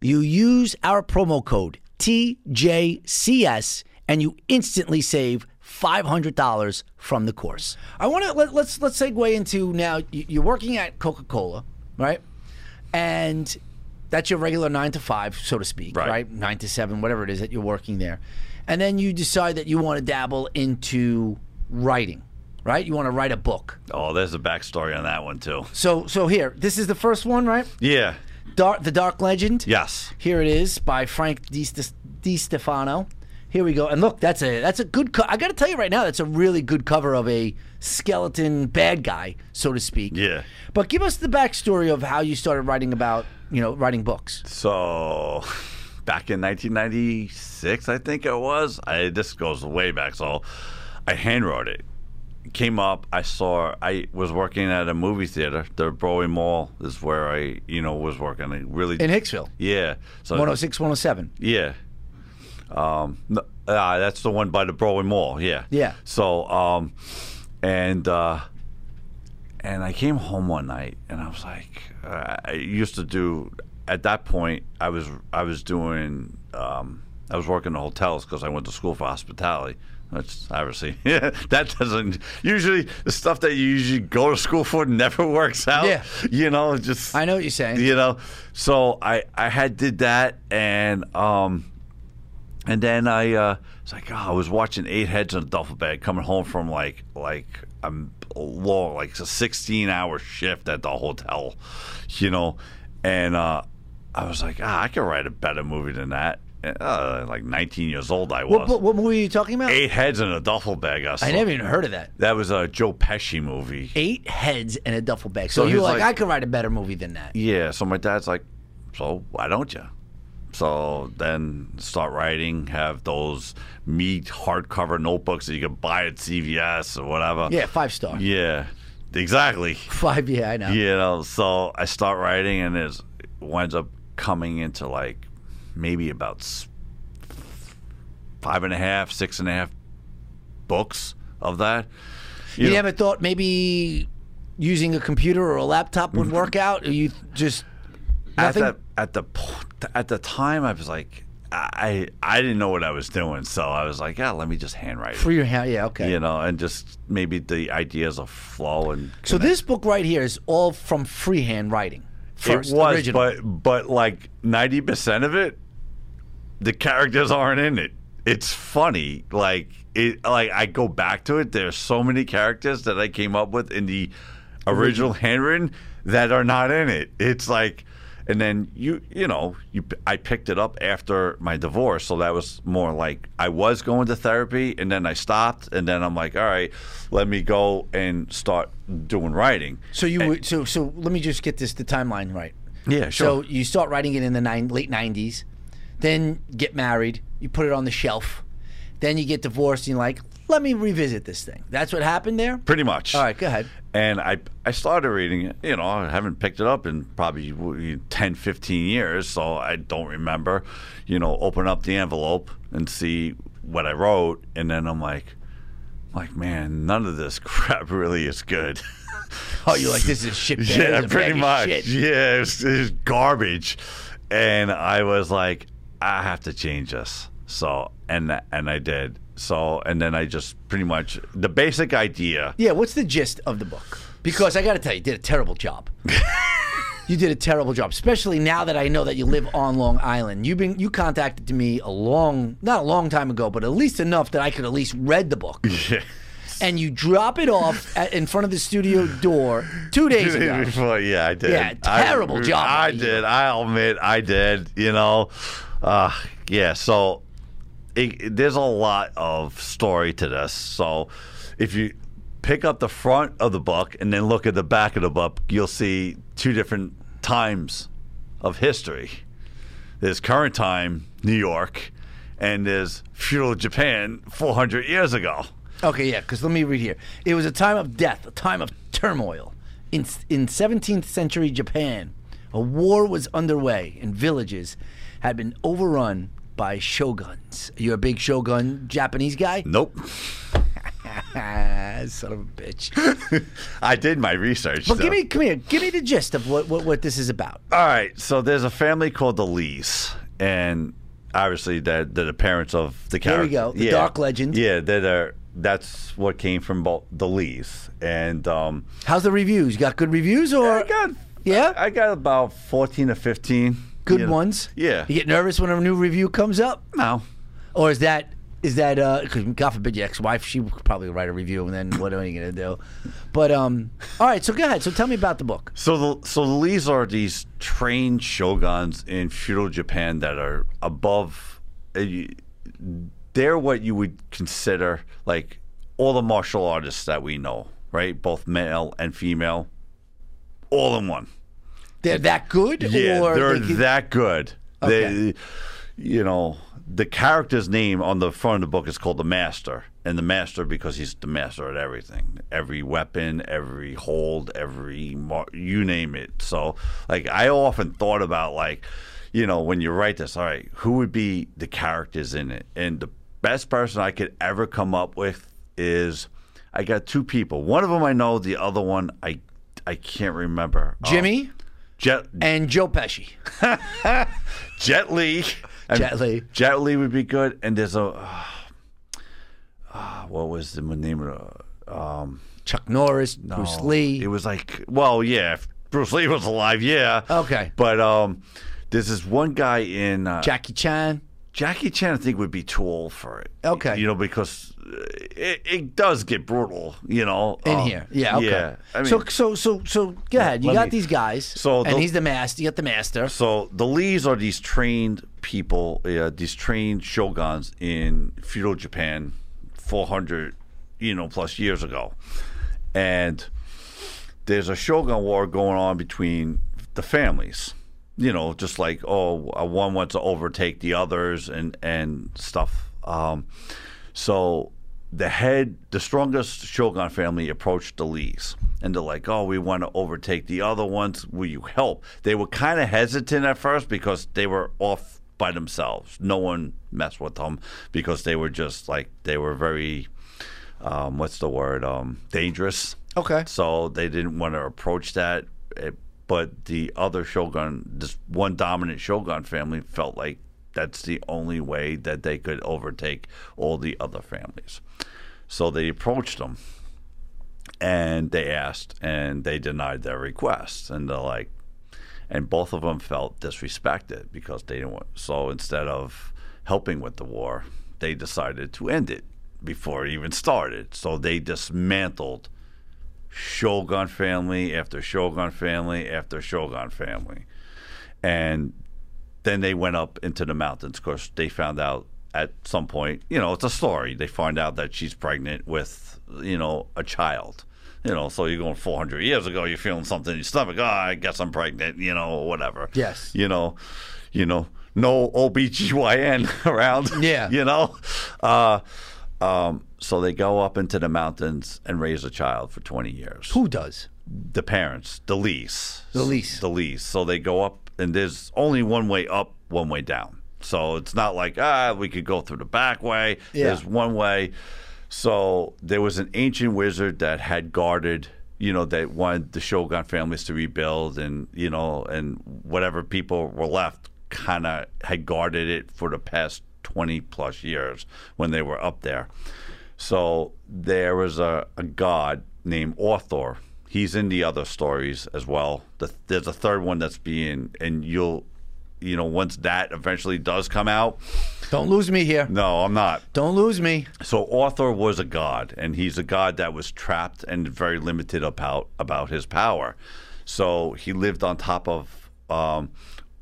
[SPEAKER 1] you use our promo code TJCS and you instantly save $500 from the course. I want to let, let's let's segue into now you- you're working at Coca-Cola, right? And that's your regular 9 to 5, so to speak, right?
[SPEAKER 4] Right.
[SPEAKER 1] 9 to 7, whatever it is that you're working there. And then you decide that you want to dabble into writing, right? You want to write a book.
[SPEAKER 4] Oh, there's a backstory on that one too.
[SPEAKER 1] So so here, this is the first one, right?
[SPEAKER 4] Yeah.
[SPEAKER 1] Dark, the Dark Legend.
[SPEAKER 4] Yes.
[SPEAKER 1] Here it is by Frank Di Stis- Di Stefano. Here we go. And look, that's a that's a good. Co- I got to tell you right now, that's a really good cover of a skeleton bad guy, so to speak.
[SPEAKER 4] Yeah.
[SPEAKER 1] But give us the backstory of how you started writing about you know writing books.
[SPEAKER 4] So, back in 1996, I think it was. I, this goes way back. So, I handwrote it. Came up. I saw. I was working at a movie theater. The Broadway Mall is where I, you know, was working. I really.
[SPEAKER 1] In Hicksville,
[SPEAKER 4] yeah. So
[SPEAKER 1] 106, 107.
[SPEAKER 4] yeah. Um, no, uh, that's the one by the Broadway Mall. Yeah.
[SPEAKER 1] Yeah.
[SPEAKER 4] So, um, and uh, and I came home one night, and I was like, uh, I used to do. At that point, I was I was doing. Um, I was working in hotels because I went to school for hospitality. That's obviously that doesn't usually the stuff that you usually go to school for never works out.
[SPEAKER 1] Yeah.
[SPEAKER 4] You know, just
[SPEAKER 1] I know what you're saying.
[SPEAKER 4] you know so i i had did that and um and then i uh it's like oh, i was watching eight heads in a duffel bag coming home from like like i'm long like a 16 hour shift at the hotel you know and uh i was like ah, i could write a better movie than that And, uh, like 19 years old i was
[SPEAKER 1] What, bo- what movie are you talking about?
[SPEAKER 4] eight heads in a duffel bag i,
[SPEAKER 1] I
[SPEAKER 4] saw.
[SPEAKER 1] never even heard of that.
[SPEAKER 4] that was a joe pesci movie
[SPEAKER 1] Eight heads and a duffel bag. So,
[SPEAKER 4] So
[SPEAKER 1] you're
[SPEAKER 4] he's
[SPEAKER 1] like,
[SPEAKER 4] like-
[SPEAKER 1] I could write a better movie than that.
[SPEAKER 4] Yeah, so my dad's like, so why don't you? So then start writing, have those meat hardcover notebooks that you can buy at CVS or whatever.
[SPEAKER 1] Yeah, five star.
[SPEAKER 4] Yeah, exactly.
[SPEAKER 1] Five. Yeah, I know.
[SPEAKER 4] You know, so I start writing and it winds up coming into like maybe about s- five and a half, six and a half books of that.
[SPEAKER 1] You
[SPEAKER 4] know-
[SPEAKER 1] never thought maybe using a computer or a laptop would work out? Or you just
[SPEAKER 4] Mm-hmm. at
[SPEAKER 1] nothing?
[SPEAKER 4] the at the po- at the time I was like I I didn't know what I was doing, so I was like, yeah, let me just handwrite, it,
[SPEAKER 1] free your hand? Yeah, okay.
[SPEAKER 4] you know, and just maybe the ideas of flow and
[SPEAKER 1] so this book right here is all from freehand writing. First,
[SPEAKER 4] it was,
[SPEAKER 1] original.
[SPEAKER 4] but but like ninety percent of it, the characters aren't in it. It's funny, like it like I go back to it. There's so many characters that I came up with in the original handwritten that are not in it. It's like. And then you, you know, you, p- I picked it up after my divorce, so that was more like I was going to therapy, and then I stopped, and then I'm like, all right, let me go and start doing writing.
[SPEAKER 1] so you would, so so let me just get this the timeline right.
[SPEAKER 4] Yeah,
[SPEAKER 1] So you start writing it in the nine, late '90s, then get married. You put it on the shelf, then you get divorced, and you're like, "Let me revisit this thing." That's what happened there.
[SPEAKER 4] Pretty much.
[SPEAKER 1] All right, go ahead.
[SPEAKER 4] And I, I started reading it. You know, I haven't picked it up in probably 10, 15 years, so I don't remember. You know, open up the envelope and see what I wrote. And then I'm like, like, man, none of this crap really is good.
[SPEAKER 1] Oh, you're like, "This is shit." bag. This
[SPEAKER 4] yeah,
[SPEAKER 1] is a bag
[SPEAKER 4] pretty
[SPEAKER 1] of
[SPEAKER 4] much.
[SPEAKER 1] shit.
[SPEAKER 4] Yeah, it's it's garbage. And I was like, I have to change this. So, and and I did. So, and then I just pretty much the basic idea.
[SPEAKER 1] Yeah, what's the gist of the book? Because I got to tell you, you did a terrible job. you did a terrible job, especially now that I know that you live on Long Island. You've been you contacted me a long, not a long time ago, but at least enough that I could at least read the book. And you drop it off at, in front of the studio door two days ago.
[SPEAKER 4] Before- yeah, I did.
[SPEAKER 1] Yeah,
[SPEAKER 4] I-
[SPEAKER 1] terrible job
[SPEAKER 4] I
[SPEAKER 1] by you.
[SPEAKER 4] did. I'll admit, I did. You know, uh, yeah. So it, it- there's a lot of story to this. So if you pick up the front of the book and then look at the back of the book, you'll see two different times of history. There's current time, New York, and there's feudal Japan 400 years ago.
[SPEAKER 1] Okay, yeah, because let me read here. It was a time of death, a time of turmoil. In, in 17th century Japan, a war was underway, and villages had been overrun by shoguns. You're a big shogun Japanese guy?
[SPEAKER 4] Nope.
[SPEAKER 1] Ah, son of a bitch.
[SPEAKER 4] I did my research.
[SPEAKER 1] But
[SPEAKER 4] though.
[SPEAKER 1] give me, come here, give me the gist of what, what, what this is about.
[SPEAKER 4] All right, so there's a family called the Lees, and obviously they're, they're the parents of the
[SPEAKER 1] There
[SPEAKER 4] character.
[SPEAKER 1] we go, the dark legend.
[SPEAKER 4] Yeah, that are that's what came from both the Lees, and um,
[SPEAKER 1] How's the reviews? Got good reviews or
[SPEAKER 4] I got
[SPEAKER 1] Uh, Yeah?
[SPEAKER 4] I, I got about fourteen or fifteen
[SPEAKER 1] good
[SPEAKER 4] you know.
[SPEAKER 1] ones?
[SPEAKER 4] Yeah,
[SPEAKER 1] You get nervous when a new review comes up?
[SPEAKER 4] no,
[SPEAKER 1] Or is that is that uh 'cause God forbid your ex-wife she would probably write a review and then what are you gonna do? But um, all right, so go ahead. So tell me about the book.
[SPEAKER 4] So the so the Lees are these trained shoguns in feudal Japan that are above. uh, you- They're what you would consider like all the martial artists that we know, right? Both male and female, all in one.
[SPEAKER 1] They're that good?
[SPEAKER 4] Yeah,
[SPEAKER 1] or
[SPEAKER 4] they're
[SPEAKER 1] they can-
[SPEAKER 4] that good.
[SPEAKER 1] Okay.
[SPEAKER 4] They, you know, the character's name on the front of the book is called the Master, and the Master because he's the master at everything, every weapon, every hold, every mar- you name it. So, like, I often thought about like, you know, when you write this, all right, who would be the characters in it? And the best person I could ever come up with is I got two people. One of them I know, the other one I I can't remember. Um,
[SPEAKER 1] Jimmy
[SPEAKER 4] Je-
[SPEAKER 1] and Joe Pesci.
[SPEAKER 4] Jet Li. And
[SPEAKER 1] Jet Li.
[SPEAKER 4] Jet Li would be good. And there's a. Uh, uh, what was the name of the. Um,
[SPEAKER 1] Chuck Norris, Bruce
[SPEAKER 4] oh,
[SPEAKER 1] Lee.
[SPEAKER 4] It was like. Well, yeah. If Bruce Lee was alive, yeah.
[SPEAKER 1] Okay.
[SPEAKER 4] But um, there's this one guy in. Uh,
[SPEAKER 1] Jackie Chan.
[SPEAKER 4] Jackie Chan, I think, would be too old for it.
[SPEAKER 1] Okay.
[SPEAKER 4] You know, because uh, it, it does get brutal, you know.
[SPEAKER 1] In
[SPEAKER 4] um,
[SPEAKER 1] here, yeah, okay.
[SPEAKER 4] Yeah. I mean,
[SPEAKER 1] so, so, so, so, go ahead. You
[SPEAKER 4] let
[SPEAKER 1] got
[SPEAKER 4] me-
[SPEAKER 1] these guys,
[SPEAKER 4] So
[SPEAKER 1] and
[SPEAKER 4] the-
[SPEAKER 1] he's the master. You got the master.
[SPEAKER 4] So the Lees are these trained people, uh, these trained shoguns in feudal Japan, 400, you know, plus years ago, and there's a shogun war going on between the families. You know, just like oh, uh, one wants to overtake the others and and stuff. Um, so the head, the strongest shogun family approached the Lees, and they're like, "Oh, we want to overtake the other ones. Will you help?" They were kind of hesitant at first because they were off by themselves. No one messed with them because they were just like they were very, um, what's the word, um, dangerous.
[SPEAKER 1] Okay.
[SPEAKER 4] So they didn't want to approach that. eh, but the other shogun, this one dominant shogun family, felt like that's the only way that they could overtake all the other families. So they approached them and they asked, and they denied their request. And they're like, and both of them felt disrespected because they didn't want. So instead of helping with the war, they decided to end it before it even started. So they dismantled Shogun family after Shogun family after Shogun family. And then they went up into the mountains. Of course, they found out at some point, you know, it's a story. They find out that she's pregnant with, you know, a child. You know, so you're going 400 years ago, you're feeling something in your stomach. Oh, I guess I'm pregnant, you know, or whatever.
[SPEAKER 1] Yes.
[SPEAKER 4] You know, you know, no OBGYN around.
[SPEAKER 1] Yeah.
[SPEAKER 4] You know? Uh, um, so they go up into the mountains and raise a child for 20 years
[SPEAKER 1] Who does?
[SPEAKER 4] the parents, the lease.
[SPEAKER 1] The lease.
[SPEAKER 4] The lease. So they go up, and there's only one way up, one way down. So it's not like, ah, we could go through the back way.
[SPEAKER 1] Yeah.
[SPEAKER 4] There's one way. So there was an ancient wizard that had guarded, you know, that wanted the Shogun families to rebuild, and, you know, and whatever people were left kind of had guarded it for the past 20 plus years when they were up there. So there was a, a god named Orthor. He's in the other stories as well. The, there's a third one that's being, and you'll, you know, once that eventually does come out.
[SPEAKER 1] Don't lose me here.
[SPEAKER 4] No, I'm not.
[SPEAKER 1] Don't lose me.
[SPEAKER 4] So Orthor was a god, and he's a god that was trapped and very limited about about his power. So he lived on top of um,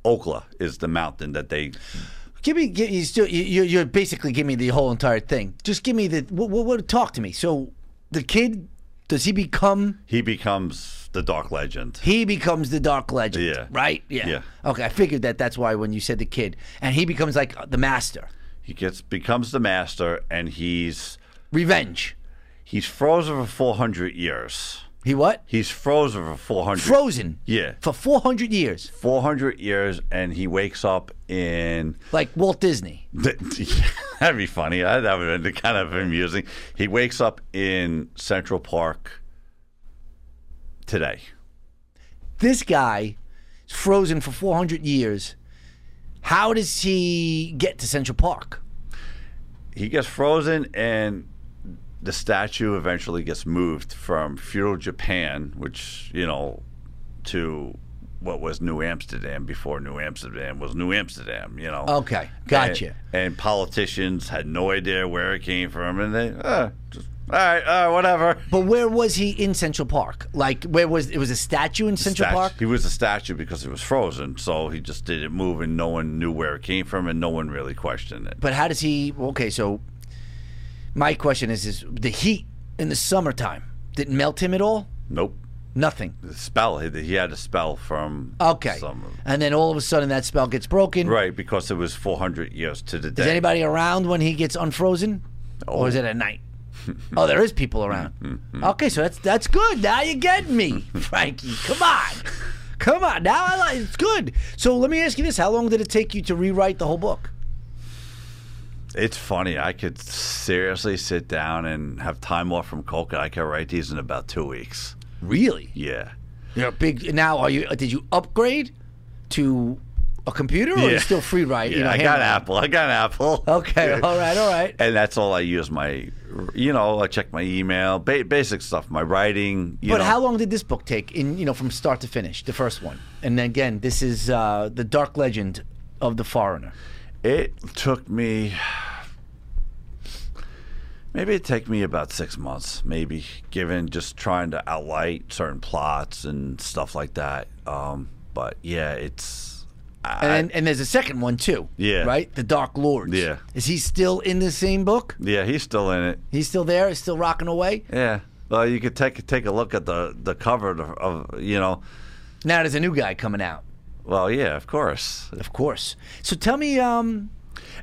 [SPEAKER 4] Okla, is the mountain that they
[SPEAKER 1] Give me, give, you still, you, you, you're basically giving me the whole entire thing. Just give me the, what, what, what, talk to me. So the kid Does he become?
[SPEAKER 4] He becomes the dark legend.
[SPEAKER 1] He becomes the dark legend.
[SPEAKER 4] Yeah.
[SPEAKER 1] Right. Yeah.
[SPEAKER 4] Yeah.
[SPEAKER 1] Okay, I figured that. That's why when you said the kid, and he becomes like the master.
[SPEAKER 4] He gets becomes the master, and he's
[SPEAKER 1] Revenge.
[SPEAKER 4] he's frozen for four hundred years.
[SPEAKER 1] He what?
[SPEAKER 4] He's frozen for four hundred.
[SPEAKER 1] Frozen.
[SPEAKER 4] Yeah.
[SPEAKER 1] For four hundred years,
[SPEAKER 4] four hundred years, and he wakes up in.
[SPEAKER 1] like Walt Disney.
[SPEAKER 4] That'd be funny. I- That would be kind of amusing. He wakes up in Central Park today.
[SPEAKER 1] This guy is frozen for four hundred years. How does he get to Central Park?
[SPEAKER 4] He gets frozen, and the statue eventually gets moved from feudal Japan, which you know, to what was New Amsterdam before New Amsterdam was New Amsterdam. You know.
[SPEAKER 1] Okay, Oh, gotcha.
[SPEAKER 4] And, and politicians had no idea where it came from, and they, uh, just, all right, uh, whatever.
[SPEAKER 1] But where was he in Central Park? Like where was it was a statue in Central
[SPEAKER 4] Statu-
[SPEAKER 1] Park?
[SPEAKER 4] He was a statue because he was frozen, so he just didn't move, and no one knew where it came from, and no one really questioned it.
[SPEAKER 1] But how does he? Okay, so my question is: Is the heat in the summertime didn't melt him at all?
[SPEAKER 4] Nope.
[SPEAKER 1] Nothing.
[SPEAKER 4] The spell he, he had a spell from
[SPEAKER 1] Okay.
[SPEAKER 4] some-
[SPEAKER 1] And then all of a sudden that spell gets broken.
[SPEAKER 4] right because it was 400 years to the day.
[SPEAKER 1] Is anybody around when he gets unfrozen, or is it at night? oh, there is people around. okay, so that's that's good. Now you get me, Frankie. Come on, come on. Now I like it's good. So let me ask you this: How long did it take you to rewrite the whole book?
[SPEAKER 4] It's funny. I could seriously sit down and have time off from coke, and I could write these in about two weeks.
[SPEAKER 1] Really?
[SPEAKER 4] Yeah.
[SPEAKER 1] You're a big now. Are you? uh, Did you upgrade to a computer, or are you
[SPEAKER 4] Yeah.
[SPEAKER 1] Oh, still free write?
[SPEAKER 4] Yeah,
[SPEAKER 1] you know,
[SPEAKER 4] I got
[SPEAKER 1] handwriting?
[SPEAKER 4] Apple. I got Apple.
[SPEAKER 1] Okay, all right, all right.
[SPEAKER 4] And that's all I use my, you know, I check my email, ba- basic stuff, my writing. You
[SPEAKER 1] But
[SPEAKER 4] know.
[SPEAKER 1] how long did this book take? In you know, from start to finish, the first one, and then again, this is uh, the dark legend of the foreigner.
[SPEAKER 4] It took me. Maybe it take me about six months, maybe, given just trying to outline certain plots and stuff like that. Um, but yeah, it's
[SPEAKER 1] And then, and there's a second one too.
[SPEAKER 4] Yeah.
[SPEAKER 1] Right, the Dark Lords.
[SPEAKER 4] Yeah.
[SPEAKER 1] Is he still in the same book?
[SPEAKER 4] yeah, he's still in it.
[SPEAKER 1] He's still there. He's still rocking away.
[SPEAKER 4] Yeah, well, you could take take a look at the the cover of, of you know,
[SPEAKER 1] Now there's a new guy coming out.
[SPEAKER 4] well, yeah, of course.
[SPEAKER 1] Of course. So tell me, um,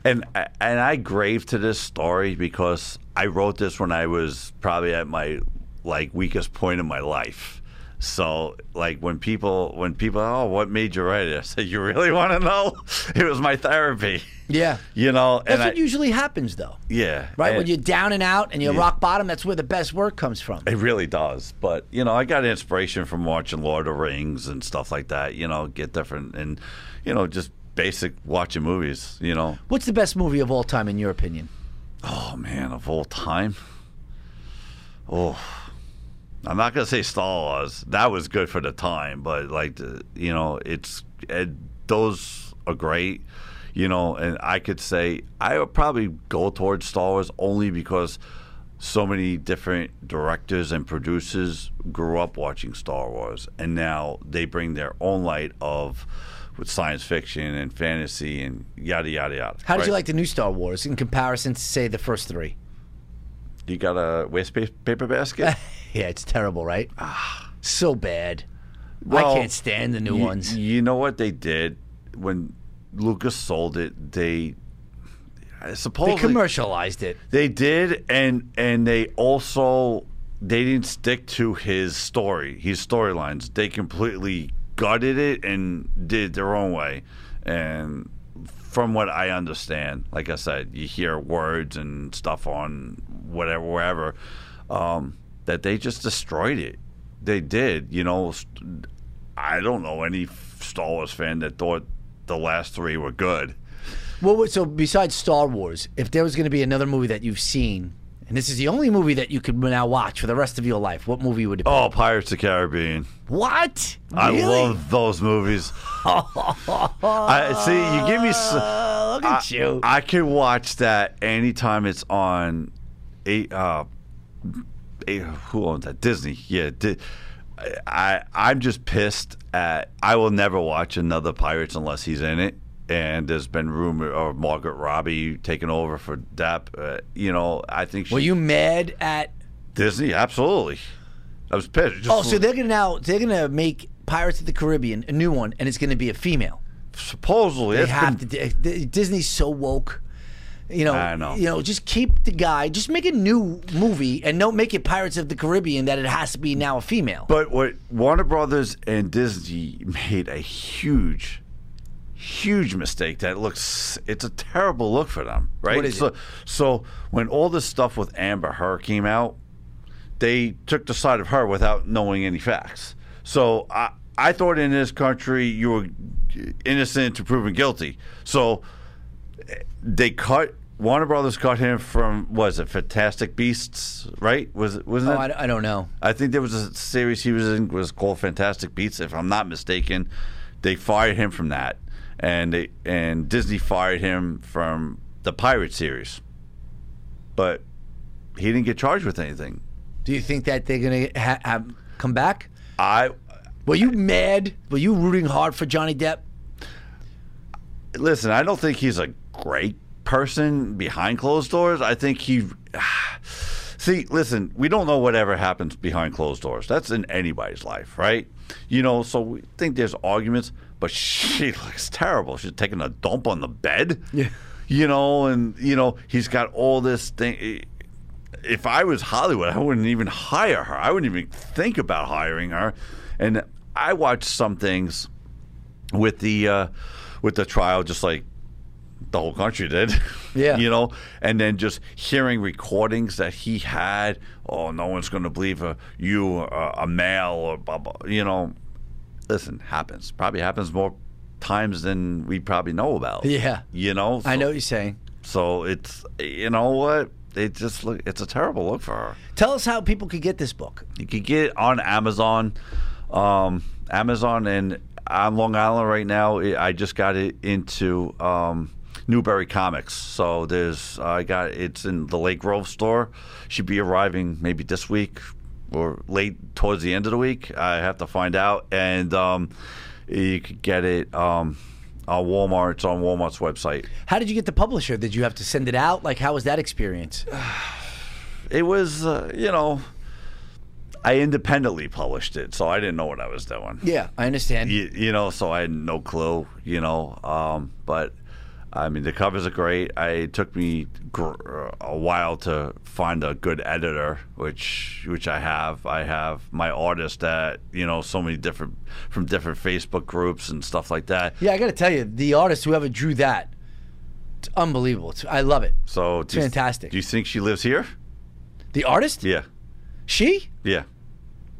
[SPEAKER 4] And and I grave to this story because I wrote this when I was probably at my like weakest point in my life. So like when people when people oh what made you write it? I said you really want to know? It was my therapy.
[SPEAKER 1] yeah,
[SPEAKER 4] You know, and
[SPEAKER 1] that's what
[SPEAKER 4] I-
[SPEAKER 1] usually happens though.
[SPEAKER 4] yeah,
[SPEAKER 1] Right
[SPEAKER 4] and
[SPEAKER 1] when you're down and out and you're rock bottom, that's where the best work comes from.
[SPEAKER 4] It really does. But, you know, I got inspiration from watching Lord of the Rings and stuff like that, you know, get different and, you know, just basic watching movies, you know.
[SPEAKER 1] What's the best movie of all time in your opinion?
[SPEAKER 4] Oh man, of all time. Oh, I'm not gonna say Star Wars. That was good for the time, but like the- you know, it's it, those are great. You know, and I could say I would probably go towards Star Wars only because so many different directors and producers grew up watching Star Wars, and now they bring their own light of with science fiction and fantasy and yada yada yada.
[SPEAKER 1] How did you
[SPEAKER 4] right?
[SPEAKER 1] like the new Star Wars in comparison to say the first three?
[SPEAKER 4] You got a waste pa- paper basket?
[SPEAKER 1] Yeah, it's terrible, right? so bad. I
[SPEAKER 4] Well,
[SPEAKER 1] can't stand the new
[SPEAKER 4] you,
[SPEAKER 1] ones.
[SPEAKER 4] You know what they did when Lucas sold it? They I
[SPEAKER 1] they
[SPEAKER 4] supposedly
[SPEAKER 1] commercialized it.
[SPEAKER 4] they did, and and they also they didn't stick to his story, his storylines. They completely gutted it and did it their own way. And from what I understand, like I said, you hear words and stuff on whatever, wherever, um, that they just destroyed it. They did, you know. st- I don't know any Star Wars fan that thought the last three were good.
[SPEAKER 1] What would, so besides Star Wars, if there was going to be another movie that you've seen, and this is the only movie that you could now watch for the rest of your life, what movie would it be?
[SPEAKER 4] Oh, Pirates of the Caribbean.
[SPEAKER 1] What?
[SPEAKER 4] I
[SPEAKER 1] Really?
[SPEAKER 4] love those movies. I see. You give me. s
[SPEAKER 1] Uh, look at you.
[SPEAKER 4] I can watch that anytime it's on. Eight. Uh, eight who owns that? Disney. Yeah. Di- I I'm just pissed at. I will never watch another Pirates unless he's in it. And there's been rumor of Margaret Robbie taking over for Depp. Uh, you know, I think she,
[SPEAKER 1] Were you mad at?
[SPEAKER 4] Disney. Absolutely. I was pissed. Just
[SPEAKER 1] Oh, so they're gonna now they're gonna make Pirates of the Caribbean a new one, and it's gonna be a female.
[SPEAKER 4] supposedly
[SPEAKER 1] They
[SPEAKER 4] it's
[SPEAKER 1] have
[SPEAKER 4] been-
[SPEAKER 1] to. D- Disney's so woke. You know,
[SPEAKER 4] I know.
[SPEAKER 1] You know, just keep the guy. Just make a new movie, and don't make it Pirates of the Caribbean that it has to be now a female.
[SPEAKER 4] But what Warner Brothers and Disney made a huge, huge mistake that looks, it's a terrible look for them, right?
[SPEAKER 1] What is
[SPEAKER 4] so,
[SPEAKER 1] it?
[SPEAKER 4] so when all this stuff with Amber Heard came out, they took the side of her without knowing any facts. So I, I thought in this country you were innocent to proven guilty. So they cut. Warner Brothers cut him from was it Fantastic Beasts, right? Was it wasn't
[SPEAKER 1] oh,
[SPEAKER 4] it?
[SPEAKER 1] I, I don't know.
[SPEAKER 4] I think there was a series he was in was called Fantastic Beasts, if I'm not mistaken. They fired him from that, and they, and Disney fired him from the Pirate series. But he didn't get charged with anything.
[SPEAKER 1] Do you think that they're gonna ha- have come back?
[SPEAKER 4] I
[SPEAKER 1] Were you mad? Were you rooting hard for Johnny Depp?
[SPEAKER 4] listen. I don't think he's a great person behind closed doors. I think he. See, listen, we don't know whatever happens behind closed doors. That's in anybody's life, right? You know, so we think there's arguments, but she looks terrible. She's taking a dump on the bed. Yeah. You know, and, you know, he's got all this thing. If I was Hollywood, I wouldn't even hire her. I wouldn't even think about hiring her. And I watched some things with the uh, with the trial, just like the whole country did.
[SPEAKER 1] Yeah.
[SPEAKER 4] you know, and then just hearing recordings that he had. Oh, no one's going to believe a, you, uh, a, a male, or blah, blah. You know, listen, happens. Probably happens more times than we probably know about.
[SPEAKER 1] Yeah.
[SPEAKER 4] You know,
[SPEAKER 1] I
[SPEAKER 4] so-
[SPEAKER 1] know what you're saying.
[SPEAKER 4] So it's you know what it just look. It's a terrible look for her.
[SPEAKER 1] Tell us how people could get this book.
[SPEAKER 4] You can get it on Amazon, um, Amazon, and on Long Island right now. It, I just got it into um, Newberry Comics, so there's I got it's in the Lake Grove store. Should be arriving maybe this week or late towards the end of the week. I have to find out, and um, you could get it um, on Walmart. It's on Walmart's website.
[SPEAKER 1] How did you get the publisher? Did you have to send it out? Like, how was that experience?
[SPEAKER 4] It was uh, you know. I independently published it, so I didn't know what I was doing.
[SPEAKER 1] Yeah, I understand.
[SPEAKER 4] you, you know, so I had no clue, you know. Um, but I mean, the covers are great. I, it took me gr- a while to find a good editor, which which I have. I have my artist that you know so many different from different Facebook groups and stuff like that.
[SPEAKER 1] Yeah, I got to tell you, the artist whoever drew that, it's unbelievable. It's, I love it.
[SPEAKER 4] So do you-
[SPEAKER 1] Fantastic.
[SPEAKER 4] do you think she lives here?
[SPEAKER 1] The artist?
[SPEAKER 4] Yeah,
[SPEAKER 1] She?
[SPEAKER 4] yeah.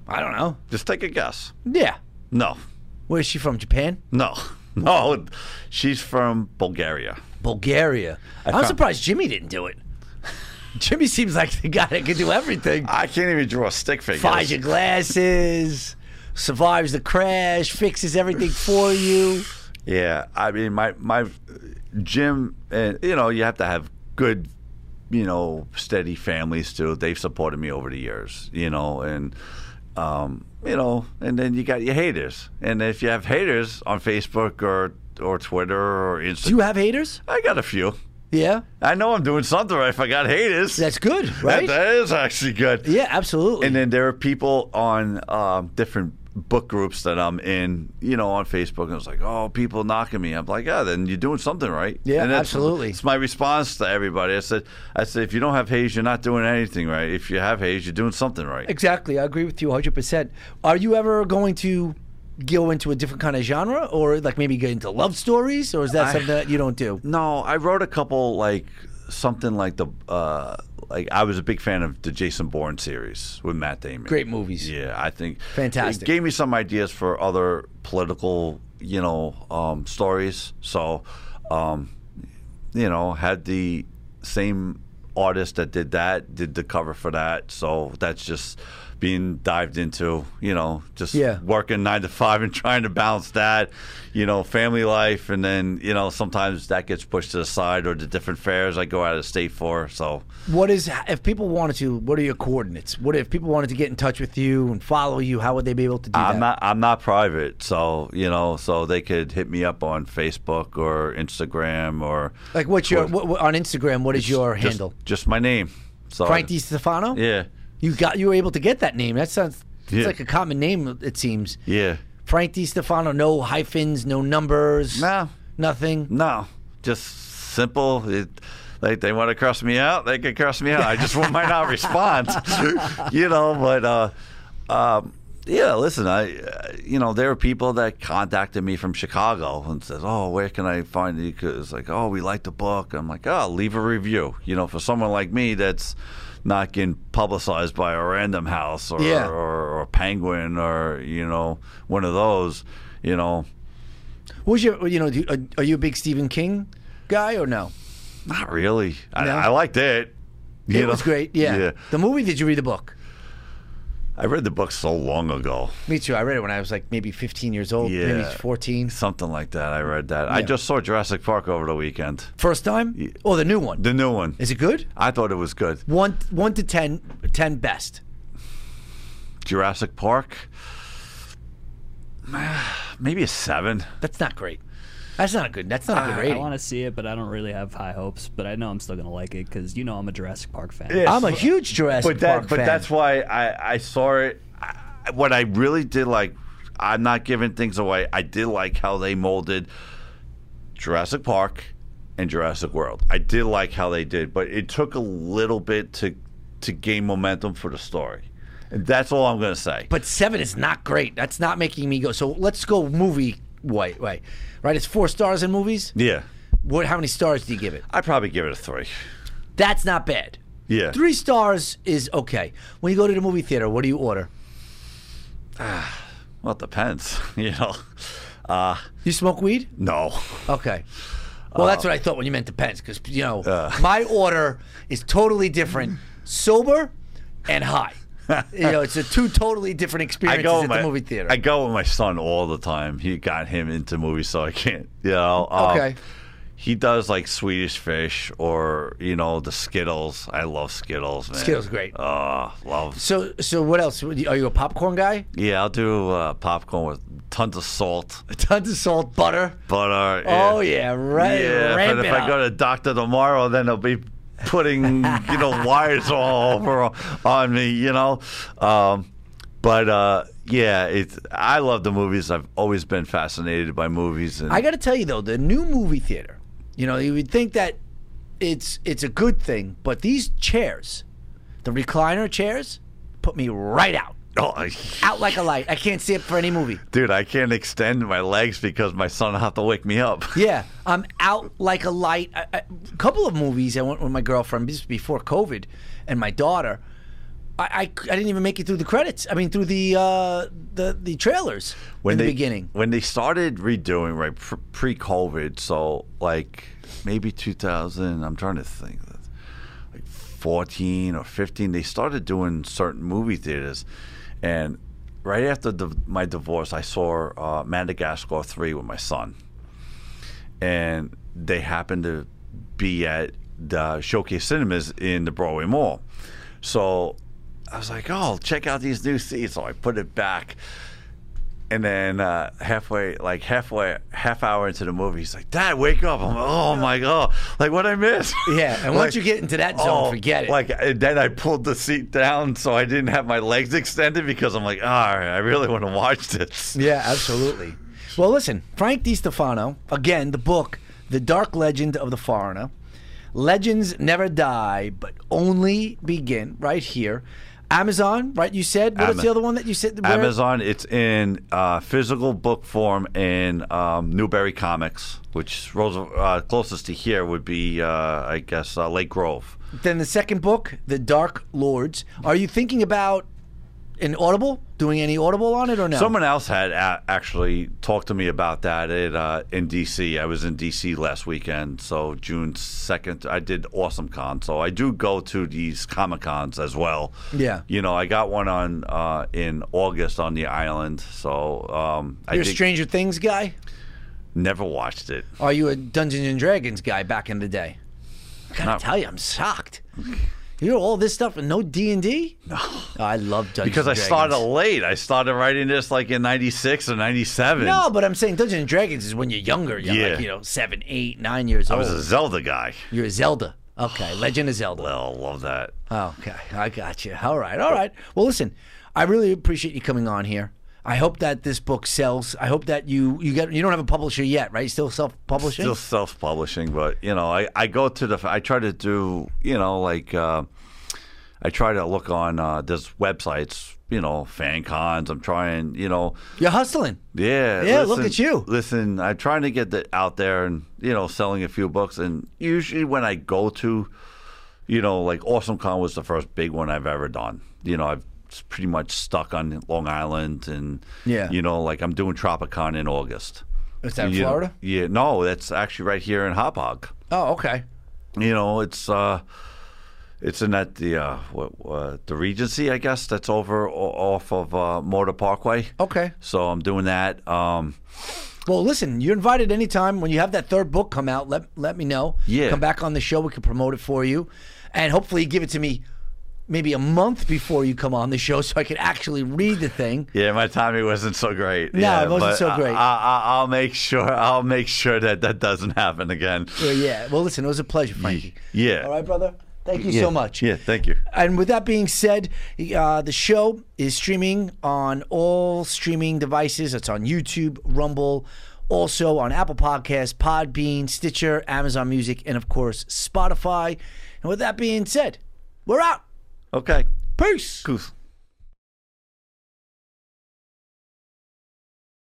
[SPEAKER 1] I don't know.
[SPEAKER 4] Just take a guess.
[SPEAKER 1] Yeah.
[SPEAKER 4] No,
[SPEAKER 1] Where is she from? Japan?
[SPEAKER 4] no, no. She's from Bulgaria.
[SPEAKER 1] Bulgaria. I'm
[SPEAKER 4] found-
[SPEAKER 1] surprised Jimmy didn't do it. Jimmy seems like the guy that could do everything.
[SPEAKER 4] I can't even draw a stick figure.
[SPEAKER 1] Finds your glasses, survives the crash, fixes everything for you.
[SPEAKER 4] Yeah, I mean, my my Jim, and you know, you have to have good, you know, steady families too. They've supported me over the years, you know, and um, you know, and then you got your haters, and if you have haters on Facebook or or Twitter or
[SPEAKER 1] Do you
[SPEAKER 4] Instagram,
[SPEAKER 1] have haters?
[SPEAKER 4] I got a few.
[SPEAKER 1] Yeah.
[SPEAKER 4] I know I'm doing something right if I got haters.
[SPEAKER 1] That's good, right?
[SPEAKER 4] That- that is actually good.
[SPEAKER 1] yeah, absolutely.
[SPEAKER 4] And then there are people on um, different book groups that I'm in, you know, on Facebook, and it's like, oh, people knocking me. I'm like, yeah, then you're doing something right.
[SPEAKER 1] Yeah,
[SPEAKER 4] and that's,
[SPEAKER 1] absolutely.
[SPEAKER 4] It's my response to everybody. I said, I said, if you don't have haze, you're not doing anything right. If you have haze, you're doing something right.
[SPEAKER 1] Exactly, I agree with you 100%. Are you ever going to go into a different kind of genre or like maybe get into love stories or is that something that you don't do?
[SPEAKER 4] No, I wrote a couple like something like the uh, like I was a big fan of the Jason Bourne series with Matt Damon.
[SPEAKER 1] Great movies.
[SPEAKER 4] Yeah, I think
[SPEAKER 1] Fantastic.
[SPEAKER 4] It gave me some ideas for other political, you know, um, stories. So, um, you know, had the same artist that did that did the cover for that. So that's just being dived into. You know, just
[SPEAKER 1] Yeah.
[SPEAKER 4] working nine to five and trying to balance that, you know, family life, and then you know sometimes that gets pushed to the side or the different fairs I go out of state for. So.
[SPEAKER 1] What is if people wanted to? What are your coordinates? What if people wanted to get in touch with you and follow you? How would they be able to do that?
[SPEAKER 4] I'm not. I'm not private, so you know, so they could hit me up on Facebook or Instagram or
[SPEAKER 1] like what's your what, what- on Instagram? What is your
[SPEAKER 4] just,
[SPEAKER 1] handle?
[SPEAKER 4] Just my name. So
[SPEAKER 1] Frank Di Stefano.
[SPEAKER 4] Yeah.
[SPEAKER 1] You got you were able to get that name. That sounds
[SPEAKER 4] Yeah.
[SPEAKER 1] It's like a common name, it seems.
[SPEAKER 4] Yeah.
[SPEAKER 1] Frank DiStefano, no hyphens, no numbers,
[SPEAKER 4] No.
[SPEAKER 1] nothing.
[SPEAKER 4] No. Just simple. It, like they want to cross me out, they can cross me out. I just might not respond. you know, but uh, um, yeah. Listen, I, uh, you know, there are people that contacted me from Chicago and says, "Oh, where can I find you?" Because like, oh, we like the book. I'm like, oh, leave a review. You know, for someone like me, that's not getting publicized by a random house or,
[SPEAKER 1] Yeah.
[SPEAKER 4] or, or penguin or you know one of those you know
[SPEAKER 1] Was your, you know, do you- are, are you a big Stephen King guy or no?
[SPEAKER 4] Not really. I,
[SPEAKER 1] No?
[SPEAKER 4] I liked it.
[SPEAKER 1] It
[SPEAKER 4] You
[SPEAKER 1] was
[SPEAKER 4] know?
[SPEAKER 1] great. Yeah. The movie, did you read the book?
[SPEAKER 4] I read the book so long ago.
[SPEAKER 1] Me too. I read it when I was like maybe 15 years old, maybe
[SPEAKER 4] Yeah.
[SPEAKER 1] 14.
[SPEAKER 4] Something like that. I read that. I
[SPEAKER 1] Yeah.
[SPEAKER 4] just saw Jurassic Park over the weekend.
[SPEAKER 1] First time? Or the new one?
[SPEAKER 4] The new one.
[SPEAKER 1] Is it good?
[SPEAKER 4] I thought it was good.
[SPEAKER 1] One, one to 10, 10 best.
[SPEAKER 4] Jurassic Park. Maybe a seven.
[SPEAKER 1] That's not great. That's not a good. That's not a good
[SPEAKER 5] Ah, I
[SPEAKER 1] rating.
[SPEAKER 5] want to see it, but I don't really have high hopes. But I know I'm still gonna like it because you know I'm a Jurassic Park fan.
[SPEAKER 4] Yeah.
[SPEAKER 1] I'm a huge Jurassic
[SPEAKER 4] but that,
[SPEAKER 1] Park
[SPEAKER 4] but
[SPEAKER 1] fan.
[SPEAKER 4] that's why I, I saw it. I, what I really did like, I'm not giving things away. I did like how they molded Jurassic Park and Jurassic World. I did like how they did, but it took a little bit to to gain momentum for the story. And that's all I'm gonna say.
[SPEAKER 1] But seven is not great. That's not making me go. So let's go movie way way, right? It's four stars in movies.
[SPEAKER 4] yeah,
[SPEAKER 1] What? How many stars do you give it?
[SPEAKER 4] I'd probably give it a three.
[SPEAKER 1] That's not bad.
[SPEAKER 4] Yeah,
[SPEAKER 1] Three stars is okay. When you go to the movie theater, what do you order?
[SPEAKER 4] Well, it depends. You know, uh,
[SPEAKER 1] You smoke weed?
[SPEAKER 4] no.
[SPEAKER 1] Okay. Well, that's what I thought when you meant depends, because you know
[SPEAKER 4] Uh.
[SPEAKER 1] my order is totally different, sober and high. you know, it's a two totally different experiences at the movie theater.
[SPEAKER 4] I go with my son all the time. He got him into movies, so I can't. You know. um,
[SPEAKER 1] Okay.
[SPEAKER 4] He does like Swedish Fish or you know the Skittles. I love Skittles. Man.
[SPEAKER 1] Skittles are great.
[SPEAKER 4] Oh, love.
[SPEAKER 1] so, so what else? Are you a popcorn guy?
[SPEAKER 4] Yeah, I'll do uh, popcorn with tons of salt, uh,
[SPEAKER 1] Tons of salt, butter.
[SPEAKER 4] butter.
[SPEAKER 1] Oh yeah, right.
[SPEAKER 4] Yeah,
[SPEAKER 1] ramp
[SPEAKER 4] but if
[SPEAKER 1] it
[SPEAKER 4] I
[SPEAKER 1] up.
[SPEAKER 4] go to the doctor tomorrow, then they'll be putting you know wires all over on me, you know. Um, but uh, yeah, it's I love the movies. I've always been fascinated by movies. And
[SPEAKER 1] I got to tell you though, the new movie theater. You know, you would think that it's it's a good thing, but these chairs, the recliner chairs, put me right out,
[SPEAKER 4] oh, I-
[SPEAKER 1] out like a light. I can't sit for any movie.
[SPEAKER 4] dude, I can't extend my legs because my son will have to wake me up.
[SPEAKER 1] Yeah, I'm out like a light. A a couple of movies I went with my girlfriend this was before COVID, and my daughter. I, I, I didn't even make it through the credits. I mean, through the uh, the the trailers in the
[SPEAKER 4] they,
[SPEAKER 1] beginning.
[SPEAKER 4] When they started redoing right pr- pre-COVID, so like maybe 2000. I'm trying to think, like 14 or 15. They started doing certain movie theaters, and right after the, my divorce, I saw uh, Madagascar 3 with my son, and they happened to be at the Showcase Cinemas in the Broadway Mall. So I was like, oh, check out these new seats. So I put it back. And then uh, halfway, like halfway, half hour into the movie, he's like, Dad, wake up. I'm like, oh my God. Like, what I miss? oh,
[SPEAKER 1] Yeah, and once you get into that zone, forget it.
[SPEAKER 4] Like, and then I pulled the seat down so I didn't have my legs extended because I'm like, all right, I really want to watch this.
[SPEAKER 1] Yeah, absolutely. Well, listen, Frank DiStefano, again, the book, The Dark Legend of the Foreigner. Legends never die, but only begin right here. Amazon, right? You said, What was
[SPEAKER 4] Ama-
[SPEAKER 1] the other one that you said? where-
[SPEAKER 4] Amazon, it's in uh, physical book form in um, Newberry Comics, which Roosevelt, uh, closest to here would be, uh, I guess, uh, Lake Grove.
[SPEAKER 1] Then the second book, The Dark Lords. Are you thinking about an Audible? Doing any Audible on it or no?
[SPEAKER 4] Someone else had a- actually talked to me about that at, uh, in DC. I was in DC last weekend, so June second. I did Awesome Con, so I do go to these Comic Cons as well.
[SPEAKER 1] Yeah.
[SPEAKER 4] you know, I got one on uh, in August on the island, so um, I
[SPEAKER 1] You're a
[SPEAKER 4] did-
[SPEAKER 1] Stranger Things guy?
[SPEAKER 4] never watched it.
[SPEAKER 1] Are you a Dungeons and Dragons guy back in the day? I gotta
[SPEAKER 4] Not-
[SPEAKER 1] tell you, I'm shocked. You know all this stuff and no D and D? No, I love Dungeons
[SPEAKER 4] Because I
[SPEAKER 1] and Dragons.
[SPEAKER 4] started late. I started writing this like in '96 or '97.
[SPEAKER 1] No, but I'm saying Dungeons and Dragons is when you're younger. You're
[SPEAKER 4] Yeah.
[SPEAKER 1] like, you know, seven, eight, nine years
[SPEAKER 4] I
[SPEAKER 1] old.
[SPEAKER 4] was a Zelda guy.
[SPEAKER 1] You're a Zelda. Okay, Legend of Zelda. Oh,
[SPEAKER 4] Well, love that.
[SPEAKER 1] Okay, I got you. All right, all right. Well, listen, I really appreciate you coming on here. I hope that this book sells. I hope that you you get you don't have a publisher yet, right? Still self publishing.
[SPEAKER 4] Still self-publishing, but you know, I, I go to the I try to do you know like uh, I try to look on uh, there's websites you know fan cons. I'm trying you know
[SPEAKER 1] You're hustling.
[SPEAKER 4] yeah
[SPEAKER 1] Yeah, look at you.
[SPEAKER 4] Listen, I'm trying to get that out there and you know selling a few books. And usually when I go to you know like Awesome Con was the first big one I've ever done. You know I've s- pretty much stuck on Long Island and
[SPEAKER 1] Yeah.
[SPEAKER 4] you know like I'm doing Tropicon in August.
[SPEAKER 1] Is that in
[SPEAKER 4] You-
[SPEAKER 1] Florida?
[SPEAKER 4] Yeah, no, that's actually right here in Hop Hog.
[SPEAKER 1] Oh, okay.
[SPEAKER 4] You know, it's uh, it's in that the uh, what, uh, the Regency, I guess. That's over o- off of uh, Motor Parkway.
[SPEAKER 1] Okay.
[SPEAKER 4] So I'm doing that. Um,
[SPEAKER 1] Well, listen, you're invited anytime when you have that third book come out. Let let me know.
[SPEAKER 4] Yeah.
[SPEAKER 1] Come back on the show. We can promote it for you, and hopefully give it to me maybe a month before you come on the show so I can actually read the thing.
[SPEAKER 4] yeah, my timing wasn't so great.
[SPEAKER 1] No,
[SPEAKER 4] yeah,
[SPEAKER 1] it wasn't
[SPEAKER 4] but
[SPEAKER 1] so great.
[SPEAKER 4] I, I, I'll make sure. I'll make sure that that doesn't happen again.
[SPEAKER 1] Well, yeah. Well, listen, it was a pleasure, Frankie.
[SPEAKER 4] Yeah.
[SPEAKER 1] All right, brother. Thank you
[SPEAKER 4] Yeah.
[SPEAKER 1] so much.
[SPEAKER 4] Yeah, thank you.
[SPEAKER 1] And with that being said, uh, the show is streaming on all streaming devices. It's on YouTube, Rumble, also on Apple Podcasts, Podbean, Stitcher, Amazon Music, and of course, Spotify. And with that being said, we're out.
[SPEAKER 4] Okay,
[SPEAKER 1] Peace.
[SPEAKER 4] Goose.